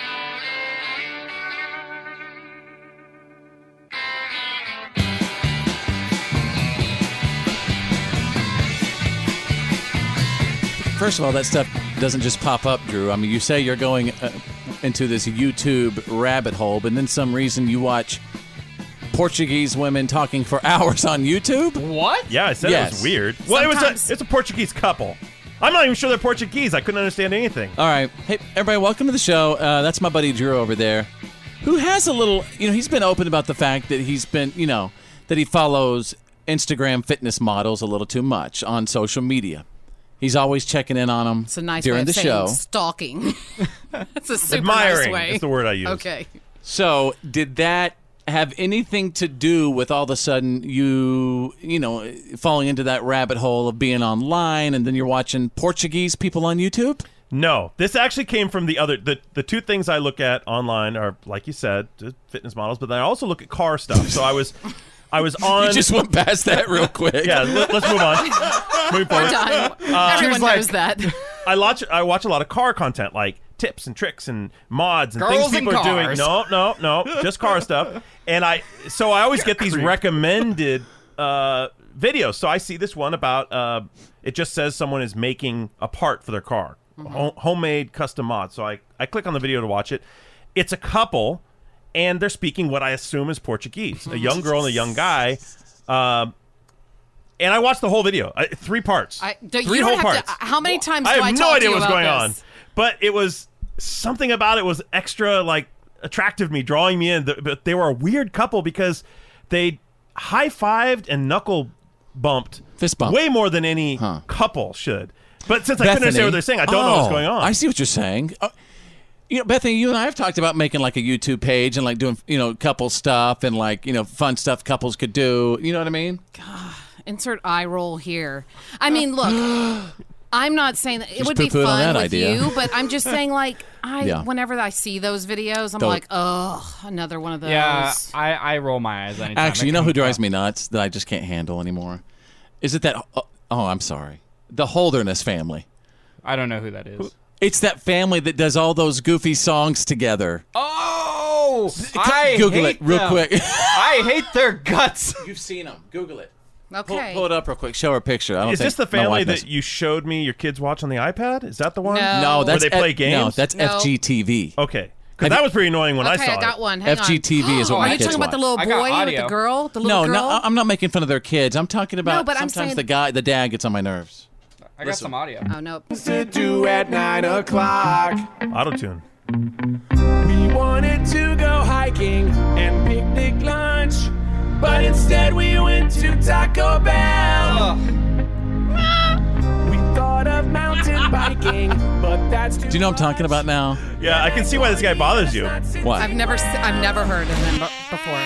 Speaker 5: First of all, that stuff doesn't just pop up, Drew. I mean, you say you're going uh, into this YouTube rabbit hole, but then some reason you watch Portuguese women talking for hours on YouTube.
Speaker 6: What?
Speaker 4: Yeah, I said it
Speaker 5: Yes.
Speaker 4: was weird. Well, it was
Speaker 5: Sometimes-
Speaker 4: a, it's a Portuguese couple. I'm not even sure they're Portuguese. I couldn't understand anything.
Speaker 5: All right, hey everybody, welcome to the show. Uh, that's my buddy Drew over there, who has a little. You know, he's been open about the fact that he's been, you know, that he follows Instagram fitness models a little too much on social media. He's always checking in on them
Speaker 7: It's a nice
Speaker 5: during
Speaker 7: way of
Speaker 5: the
Speaker 7: saying
Speaker 5: show.
Speaker 7: stalking. That's a super
Speaker 5: Admiring
Speaker 7: nice way.
Speaker 5: is the word I use.
Speaker 7: Okay.
Speaker 4: Uh,
Speaker 5: So, did that have anything to do with all of a sudden you, you know, falling into that rabbit hole of being online and then you're watching Portuguese people on YouTube?
Speaker 4: No, this actually came from the other. The, the two things I look at online are, like you said, just fitness models, but then I also look at car stuff. So I was, I was on.
Speaker 5: You just went past that real quick.
Speaker 4: yeah, let, us move on. Move
Speaker 7: We're done. Everyone
Speaker 4: like-
Speaker 7: knows that.
Speaker 4: I watch I watch a lot of car content, like tips and tricks and mods and
Speaker 7: Girls
Speaker 4: things
Speaker 7: and
Speaker 4: people are doing.
Speaker 7: cars.
Speaker 4: No, no, no, just car stuff. And I so I always get these recommended uh, videos. So I see this one about uh, it just says someone is making a part for their car,
Speaker 7: Mm-hmm.
Speaker 3: Mhm.
Speaker 4: Ho- homemade custom mod. So I I click on the video to watch it. It's a couple, and they're speaking what I assume is Portuguese. A young girl and a young guy. Um, and I watched the whole video, I, three parts,
Speaker 7: I, do- you
Speaker 4: three
Speaker 7: don't
Speaker 4: whole
Speaker 7: have to- uh,
Speaker 4: parts.
Speaker 7: how many times
Speaker 4: I
Speaker 7: do
Speaker 4: have
Speaker 7: I
Speaker 4: no
Speaker 7: talk to
Speaker 4: idea
Speaker 7: you
Speaker 4: what's
Speaker 7: about
Speaker 4: going
Speaker 7: this?
Speaker 4: on, but it was something about it was extra like attractive me, drawing me in. The- But they were a weird couple because they high fived and knuckle bumped, fist
Speaker 5: bump.
Speaker 4: way more than any couple should. But since I couldn't understand what they're saying, I don't know
Speaker 5: Oh,
Speaker 4: what's going on.
Speaker 5: I see what you're saying. Uh, you know, Bethany, you and I have talked about making like a YouTube page and like doing, you know, couple stuff and like, you know, fun stuff couples could do. You know what I mean?
Speaker 7: Insert eye roll here. I mean, look, I'm not saying that it
Speaker 5: Just
Speaker 7: would be
Speaker 5: poo-pooed on
Speaker 7: fun
Speaker 5: that
Speaker 7: with
Speaker 5: idea.
Speaker 7: you, but I'm just saying, like, I
Speaker 6: Yeah.
Speaker 7: whenever I see those videos, I'm
Speaker 5: Don't-
Speaker 7: like, oh, another one of those.
Speaker 6: Yeah, I, I roll my eyes anytime.
Speaker 5: Actually,
Speaker 6: it
Speaker 5: you know who
Speaker 6: comes
Speaker 5: drives me nuts that I just can't handle anymore? Is it that? Oh, oh, I'm sorry. The Holderness family.
Speaker 6: up. I don't know who that is.
Speaker 5: It's that family that does all those goofy songs together.
Speaker 6: Oh, I
Speaker 5: Google
Speaker 6: hate
Speaker 5: it real
Speaker 6: them.
Speaker 5: quick.
Speaker 6: I hate their guts.
Speaker 5: You've seen them. Google it. Pull,
Speaker 7: Okay.
Speaker 5: pull it up real quick. Show her a picture. I don't
Speaker 4: Is
Speaker 5: think
Speaker 4: this the
Speaker 5: my wife
Speaker 4: family
Speaker 5: knows.
Speaker 4: that you showed me your kids watch on the iPad? Is that the one?
Speaker 7: No.
Speaker 5: No, that's
Speaker 4: where they play
Speaker 5: F-
Speaker 4: games. Oh.
Speaker 5: no, that's No. FGTV.
Speaker 4: Okay, because that was pretty annoying when I
Speaker 7: okay,
Speaker 4: saw
Speaker 7: I got
Speaker 4: it.
Speaker 7: one. Hang on. Oh,
Speaker 5: FGTV is what
Speaker 7: Are
Speaker 5: my
Speaker 7: you
Speaker 5: kids
Speaker 7: talking about the
Speaker 5: watch.
Speaker 7: little
Speaker 5: I got
Speaker 7: boy with
Speaker 5: audio.
Speaker 7: the girl? The
Speaker 5: no,
Speaker 7: little girl?
Speaker 5: no, I- I'm not making fun of their kids. I'm talking about
Speaker 7: but I'm
Speaker 5: sometimes
Speaker 7: saying-
Speaker 5: the guy, the dad gets on my nerves.
Speaker 6: I got some audio.
Speaker 7: Oh no.
Speaker 3: do at nine o'clock.
Speaker 4: Auto tune.
Speaker 3: We wanted to go hiking and picnic lunch, but instead we went to Taco
Speaker 6: Uh,
Speaker 3: Bell. We thought of mountain biking, but that's too
Speaker 5: Do you know what I'm talking about now?
Speaker 4: Yeah, I can see why this guy bothers you.
Speaker 5: What?
Speaker 7: I've never, se- I've never heard of them be- before.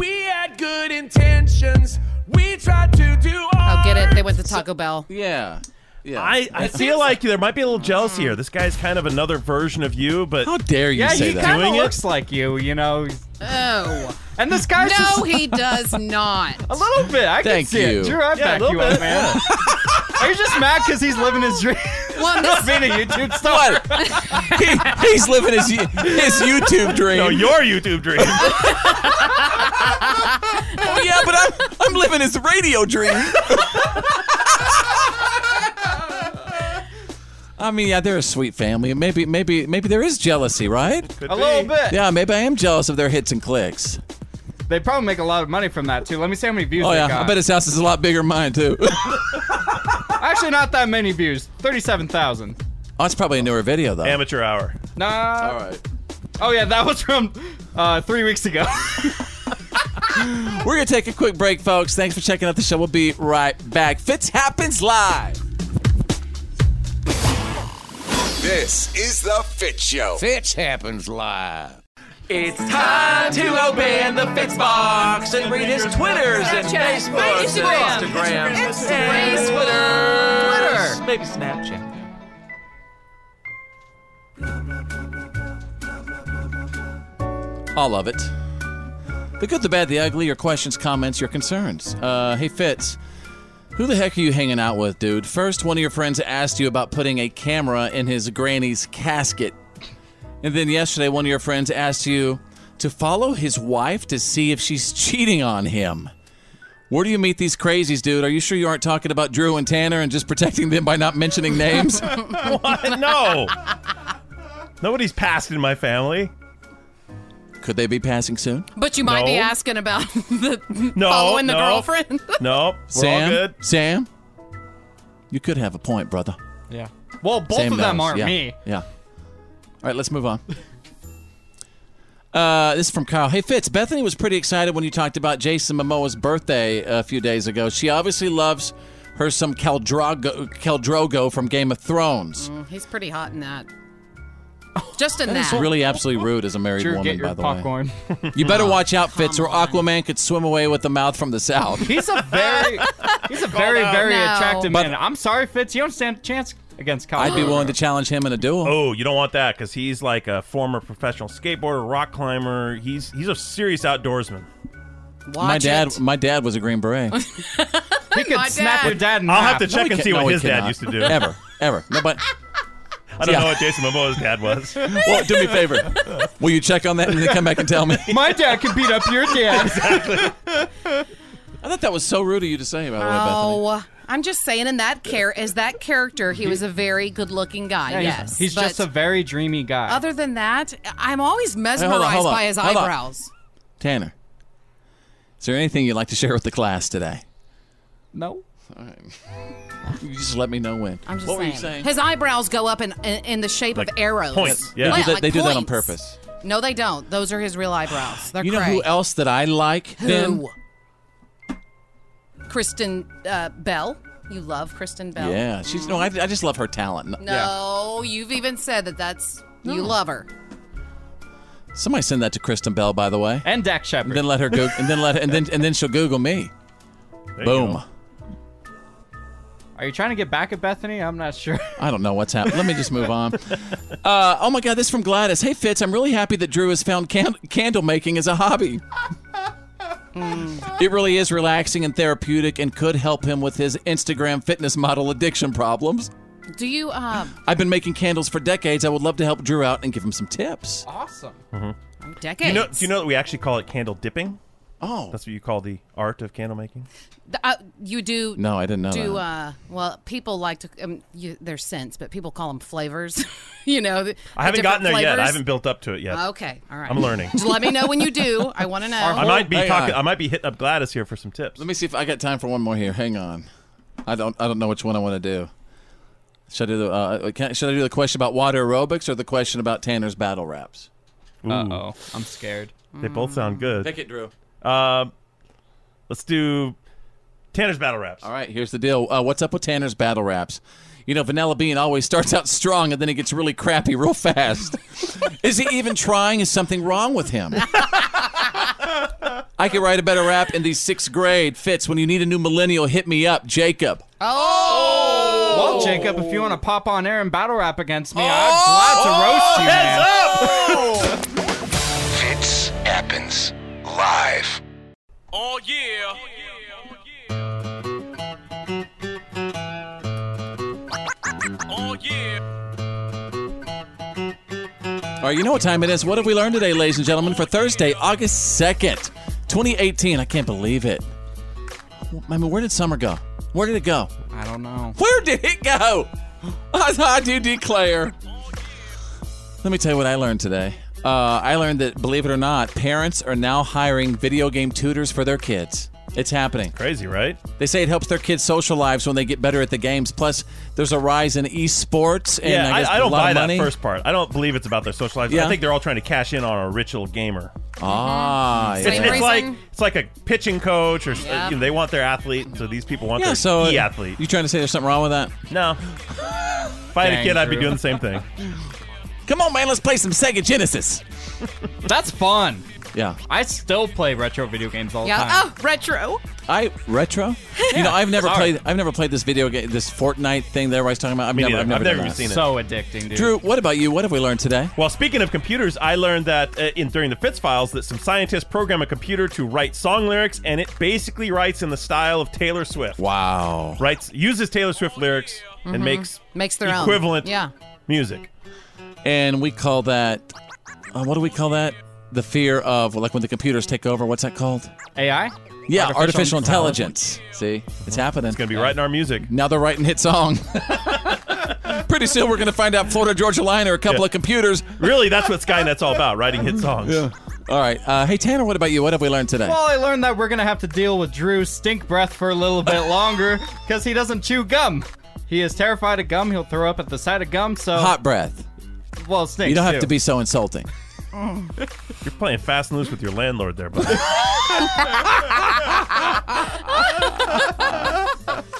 Speaker 3: We had good intentions. We tried to do all.
Speaker 7: I'll Oh, get it. They went to Taco Bell.
Speaker 5: Yeah. Yeah.
Speaker 4: I, I
Speaker 7: That's-
Speaker 4: feel like there might be a little jealousy here. This guy's kind of another version of you, but
Speaker 5: how dare
Speaker 7: you Yeah, say he that? kinda
Speaker 4: Doing
Speaker 7: looks
Speaker 4: it like you, you know.
Speaker 7: Oh.
Speaker 6: And this guy's
Speaker 7: no,
Speaker 6: just-
Speaker 7: he does not.
Speaker 6: A little bit. I
Speaker 4: Thank
Speaker 6: can see
Speaker 4: you.
Speaker 6: it. Drew, I
Speaker 4: Yeah, a
Speaker 6: back
Speaker 4: little
Speaker 6: you up,
Speaker 4: bit.
Speaker 6: man. Are you just mad because he's living his dream?
Speaker 7: Well,
Speaker 6: Not
Speaker 7: this-
Speaker 6: being a YouTube star.
Speaker 5: He- he's living his his YouTube dream.
Speaker 4: No, your YouTube dream.
Speaker 5: oh yeah, but I'm I'm living his radio dream. I mean, yeah, they're a sweet family. and Maybe, maybe, maybe there is jealousy, right?
Speaker 6: A little be. bit.
Speaker 5: Yeah, maybe I am jealous of their hits and clicks.
Speaker 6: They probably make a lot of money from that too. Let me see how many views.
Speaker 5: Oh
Speaker 6: they
Speaker 5: yeah,
Speaker 6: got.
Speaker 5: I bet his house is a lot bigger than mine too.
Speaker 6: Actually, not that many views. Thirty-seven thousand.
Speaker 5: Oh, it's probably a newer video though.
Speaker 4: Amateur hour.
Speaker 6: Nah. All
Speaker 5: right.
Speaker 6: Oh yeah, that was from uh, three weeks ago.
Speaker 5: We're gonna take a quick break, folks. Thanks for checking out the show. We'll be right back. Fitz happens live.
Speaker 2: This is the Fit Show.
Speaker 20: Fitch happens live.
Speaker 3: It's time to open the Fitz box and read his Twitters and
Speaker 20: Snapchat,
Speaker 3: Facebooks
Speaker 20: Instagram,
Speaker 3: and Instagrams,
Speaker 20: Instagram,
Speaker 3: and
Speaker 20: Twitter.
Speaker 3: Twitter, maybe Snapchat.
Speaker 5: All of it. The good, the bad, the ugly, your questions, comments, your concerns. Uh, hey, Fitz, who the heck are you hanging out with, dude? First, one of your friends asked you about putting a camera in his granny's casket. And then yesterday, one of your friends asked you to follow his wife to see if she's cheating on him. Where do you meet these crazies, dude? Are you sure you aren't talking about Drew and Tanner and just protecting them by not mentioning names?
Speaker 4: what? No. Nobody's passed in my family.
Speaker 5: Could they be passing soon?
Speaker 7: But you might be
Speaker 4: No.
Speaker 7: asking about the
Speaker 4: No,
Speaker 7: following the
Speaker 4: no.
Speaker 7: girlfriend.
Speaker 4: Nope. We're all
Speaker 5: Sam,
Speaker 4: good.
Speaker 5: Sam, you could have a point, brother.
Speaker 6: yeah. Well, both
Speaker 5: Sam
Speaker 6: of them
Speaker 5: knows.
Speaker 6: aren't
Speaker 5: Yeah.
Speaker 6: me.
Speaker 5: Yeah. All right, let's move on. Uh, this is from Kyle. Hey, Fitz, Bethany was pretty excited when you talked about Jason Momoa's birthday a few days ago. She obviously loves her some Caldrogo, Caldrogo from Game of Thrones.
Speaker 7: Mm, He's pretty hot in that. Just in
Speaker 5: Oh, That
Speaker 7: that.
Speaker 5: is really absolutely rude as a married
Speaker 6: Drew,
Speaker 5: woman,
Speaker 6: get your
Speaker 5: by the
Speaker 6: popcorn.
Speaker 5: way. You better watch out, Fitz, or Aquaman could swim away with the mouth from the south.
Speaker 6: He's a very, he's a very,
Speaker 7: out.
Speaker 6: very
Speaker 7: No.
Speaker 6: attractive
Speaker 5: But-
Speaker 6: man. I'm sorry, Fitz. You don't stand a chance against Kyle.
Speaker 5: I'd be willing to challenge him in a duel.
Speaker 4: Oh, you don't want that because he's like a former professional skateboarder, rock climber. He's he's a serious outdoorsman.
Speaker 7: Watch
Speaker 5: my dad,
Speaker 7: it.
Speaker 5: my dad was a Green Beret.
Speaker 6: He could snap your dad in
Speaker 4: I'll
Speaker 6: half.
Speaker 4: have to check
Speaker 5: he
Speaker 4: and
Speaker 5: can't-
Speaker 4: see
Speaker 5: no,
Speaker 4: what
Speaker 5: he
Speaker 4: his dad
Speaker 5: cannot.
Speaker 4: used to do.
Speaker 5: Ever, ever. No, but
Speaker 4: I don't
Speaker 5: Yeah.
Speaker 4: know what Jason Momoa's dad was.
Speaker 5: well, do me a favor. Will you check on that and then come back and tell me?
Speaker 6: My dad can beat up your dad.
Speaker 5: I thought that was so rude of you to say. By the way, Bethany.
Speaker 7: Oh, I'm just saying. In that care, as that character, he was a very good-looking guy.
Speaker 6: Yeah, he's-
Speaker 7: yes,
Speaker 6: He's,
Speaker 7: but
Speaker 6: just a very dreamy guy.
Speaker 7: Other than that, I'm always mesmerized
Speaker 5: hold on, hold on,
Speaker 7: by his
Speaker 5: hold on.
Speaker 7: eyebrows.
Speaker 5: Tanner, is there anything you'd like to share with the class today?
Speaker 6: No.
Speaker 5: All right. You just let me know when.
Speaker 7: I'm just
Speaker 5: what
Speaker 7: saying.
Speaker 5: were you saying?
Speaker 7: His eyebrows go up in in, in the shape of arrows.
Speaker 5: points, yeah. They do that-
Speaker 7: like
Speaker 5: they do that on
Speaker 7: points.
Speaker 5: purpose.
Speaker 7: No, they don't. Those are his real eyebrows. They're
Speaker 5: you know
Speaker 7: cray.
Speaker 5: who else that I like?
Speaker 7: Who?
Speaker 5: Then
Speaker 7: Kristen uh, Bell. You love Kristen Bell.
Speaker 5: yeah, she's no. I, I just love her talent.
Speaker 7: No, you've even said that. That's you love her.
Speaker 5: Somebody send that to Kristen Bell, by the way,
Speaker 6: and Dak Shepard.
Speaker 5: then let her go, and then let, and then and then she'll Google me.
Speaker 4: you
Speaker 5: Boom.
Speaker 6: Are you trying to get back at Bethany? I'm not sure.
Speaker 5: I don't know what's happening. Let me just move on. Uh, oh my God, this is from Gladys. Hey Fitz, I'm really happy that Drew has found can- candle making as a hobby.
Speaker 7: Hmm.
Speaker 5: It really is relaxing and therapeutic, and could help him with his Instagram fitness model addiction problems.
Speaker 7: Do you? Uh,
Speaker 5: I've been making candles for decades. I would love to help Drew out and give him some tips.
Speaker 6: Awesome.
Speaker 7: decades.
Speaker 4: You know, do you know that we actually call it candle dipping?
Speaker 5: Oh,
Speaker 4: that's what you call the art of candle making.
Speaker 7: Th- uh, you do.
Speaker 5: No, I didn't know
Speaker 7: Do
Speaker 5: that.
Speaker 7: uh, well. People like to. Um, you, they're scents, but people call them flavors. you know. the-
Speaker 4: I haven't
Speaker 7: the
Speaker 4: gotten there
Speaker 7: different
Speaker 4: yet. I
Speaker 7: flavors.
Speaker 4: haven't built up to it yet.
Speaker 7: Okay. All right.
Speaker 4: I'm learning.
Speaker 7: Just let me know when you do. I want to know.
Speaker 4: I might be
Speaker 5: Hang
Speaker 4: talking.
Speaker 5: on.
Speaker 4: I might be hitting up Gladys here for some tips.
Speaker 5: Let me see if I got time for one more here. Hang on. I don't. I don't know which one I want to do. Should I do the? Uh, can, should I do the question about water aerobics or the question about Tanner's battle raps?
Speaker 4: Ooh.
Speaker 6: Uh-oh. I'm scared.
Speaker 4: They both sound good.
Speaker 5: Pick it, Drew.
Speaker 4: Um, let's do Tanner's battle raps.
Speaker 5: All right, here's the deal. Uh, what's up with Tanner's battle raps? You know, Vanilla Bean always starts out strong and then he gets really crappy real fast. Is he even trying? Is something wrong with him? I could write a better rap in the sixth grade. Fits when you need a new millennial, hit me up, Jacob.
Speaker 7: Oh.
Speaker 6: Well, Jacob, if you want to pop on air and battle rap against me,
Speaker 7: Oh!
Speaker 6: I'm glad to roast you. man.
Speaker 2: Fitz happens live.
Speaker 11: Oh yeah. Oh yeah.
Speaker 5: All right, you know what time it is. What have we learned today, ladies and gentlemen, for Thursday, August 2nd, 2018? I can't believe it. I mean, where did summer go? Where did it go?
Speaker 6: I don't know.
Speaker 5: Where did it go? I, I do declare. Let me tell you what I learned today. Uh, I learned that, believe it or not, parents are now hiring video game tutors for their kids. It's happening.
Speaker 4: Crazy, right?
Speaker 5: They say it helps their kids' social lives when they get better at the games. Plus, there's a rise in esports and
Speaker 4: yeah,
Speaker 5: I, guess
Speaker 4: I, don't
Speaker 5: a lot
Speaker 4: buy
Speaker 5: of money.
Speaker 4: that first part. I don't believe it's about their social lives.
Speaker 5: Yeah.
Speaker 4: I think they're all trying to cash in on a ritual gamer.
Speaker 5: Ah,
Speaker 4: It's,
Speaker 5: yeah.
Speaker 4: it's like it's like a pitching coach, or s- uh,
Speaker 7: Yeah.
Speaker 4: you know, they want their athlete, so these people want
Speaker 5: Yeah,
Speaker 4: their
Speaker 5: so uh,
Speaker 4: e athlete.
Speaker 5: you trying to say there's something wrong with that?
Speaker 4: No, if I had a
Speaker 6: Dang,
Speaker 4: kid, I'd be
Speaker 6: Drew.
Speaker 4: doing the same thing.
Speaker 5: Come on, man, let's play some Sega Genesis.
Speaker 6: That's fun.
Speaker 5: Yeah,
Speaker 6: I still play retro video games all the
Speaker 7: Yeah.
Speaker 6: time.
Speaker 7: Oh, retro.
Speaker 5: I retro. You know, I've never
Speaker 6: Sorry.
Speaker 5: played. I've never played this video game, this Fortnite thing that everybody's talking about. I've
Speaker 4: Me
Speaker 5: never,
Speaker 4: neither.
Speaker 5: I've never,
Speaker 4: I've never
Speaker 5: done
Speaker 4: even
Speaker 5: that.
Speaker 4: seen it.
Speaker 6: So addicting, dude.
Speaker 5: Drew, what about you? What have we learned today?
Speaker 4: Well, speaking of computers, I learned that uh, in during the Fitz files that some scientists program a computer to write song lyrics, and it basically writes in the style of Taylor Swift.
Speaker 5: Wow.
Speaker 4: Writes uses Taylor Swift lyrics and makes
Speaker 7: Mm-hmm. Makes their own.
Speaker 4: equivalent
Speaker 7: Yeah.
Speaker 4: music.
Speaker 5: And we call that. Uh, what do we call that? The fear of like when the computers take over. What's that called?
Speaker 6: AI?
Speaker 5: Yeah, artificial, intelligence. See, it's happening.
Speaker 4: It's gonna be writing our music.
Speaker 5: Now they're writing hit song. Pretty soon we're gonna find out Florida Georgia Line or a couple
Speaker 4: Yeah.
Speaker 5: of computers.
Speaker 4: Really, that's what Skynet's all about: writing hit songs.
Speaker 5: All right. Uh, hey Tanner, what about you? What have we learned today?
Speaker 6: Well, I learned that we're gonna have to deal with Drew's stink breath for a little bit longer because he doesn't chew gum. He is terrified of gum. He'll throw up at the sight of gum. So
Speaker 5: Hot breath.
Speaker 6: well, snakes.
Speaker 5: You don't have
Speaker 6: too.
Speaker 5: to be so insulting.
Speaker 4: You're playing fast and loose with your landlord there, buddy.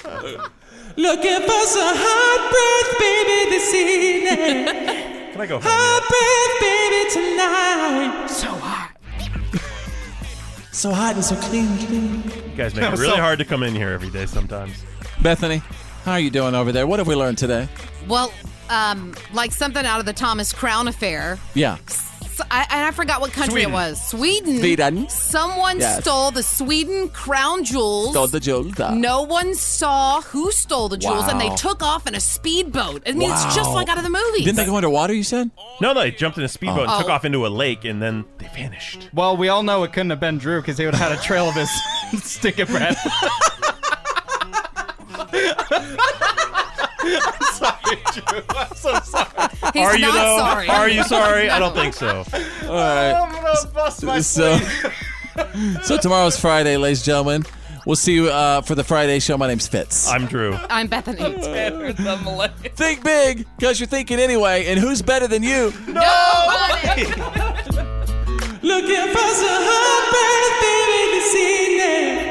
Speaker 11: Looking for some hot breath, baby, this evening.
Speaker 4: Can I go?
Speaker 11: Hot breath, baby, tonight.
Speaker 7: So hot.
Speaker 5: So hot and so clean, clean.
Speaker 4: You guys make it
Speaker 6: No,
Speaker 4: really
Speaker 6: so-
Speaker 4: hard to come in here every day sometimes.
Speaker 5: Bethany, how are you doing over there? What have we learned today?
Speaker 7: Well, um, like something out of the Thomas Crown affair.
Speaker 5: Yeah.
Speaker 7: S- I, and I forgot what country
Speaker 5: Sweden.
Speaker 7: it was. Sweden.
Speaker 5: Sweden.
Speaker 7: Someone
Speaker 5: Yes.
Speaker 7: stole the Sweden crown jewels.
Speaker 5: Stole the jewels.
Speaker 7: No one saw who stole the jewels, and they
Speaker 5: Wow.
Speaker 7: took off in a speedboat. I mean, it's just
Speaker 4: Wow.
Speaker 7: like out of the movie.
Speaker 4: Didn't they
Speaker 5: go underwater, you said?
Speaker 4: No, no, they jumped in a speedboat
Speaker 7: Oh.
Speaker 4: and took off into a lake and then they vanished.
Speaker 6: Well, we all know it couldn't have been Drew because he would have had a trail of his stick of bread.
Speaker 10: I'm sorry, Drew. I'm so sorry.
Speaker 4: Are you though? Are you sorry? I don't think so.
Speaker 5: All right.
Speaker 10: I'm gonna bust my
Speaker 5: So,
Speaker 10: sleeve.
Speaker 5: so tomorrow's Friday, ladies and gentlemen. We'll see you uh, for the Friday show. My name's Fitz.
Speaker 4: I'm Drew.
Speaker 7: I'm Bethany.
Speaker 5: Think big, because you're thinking anyway. And who's better than you?
Speaker 10: Nobody.
Speaker 5: Looking for some baby this evening.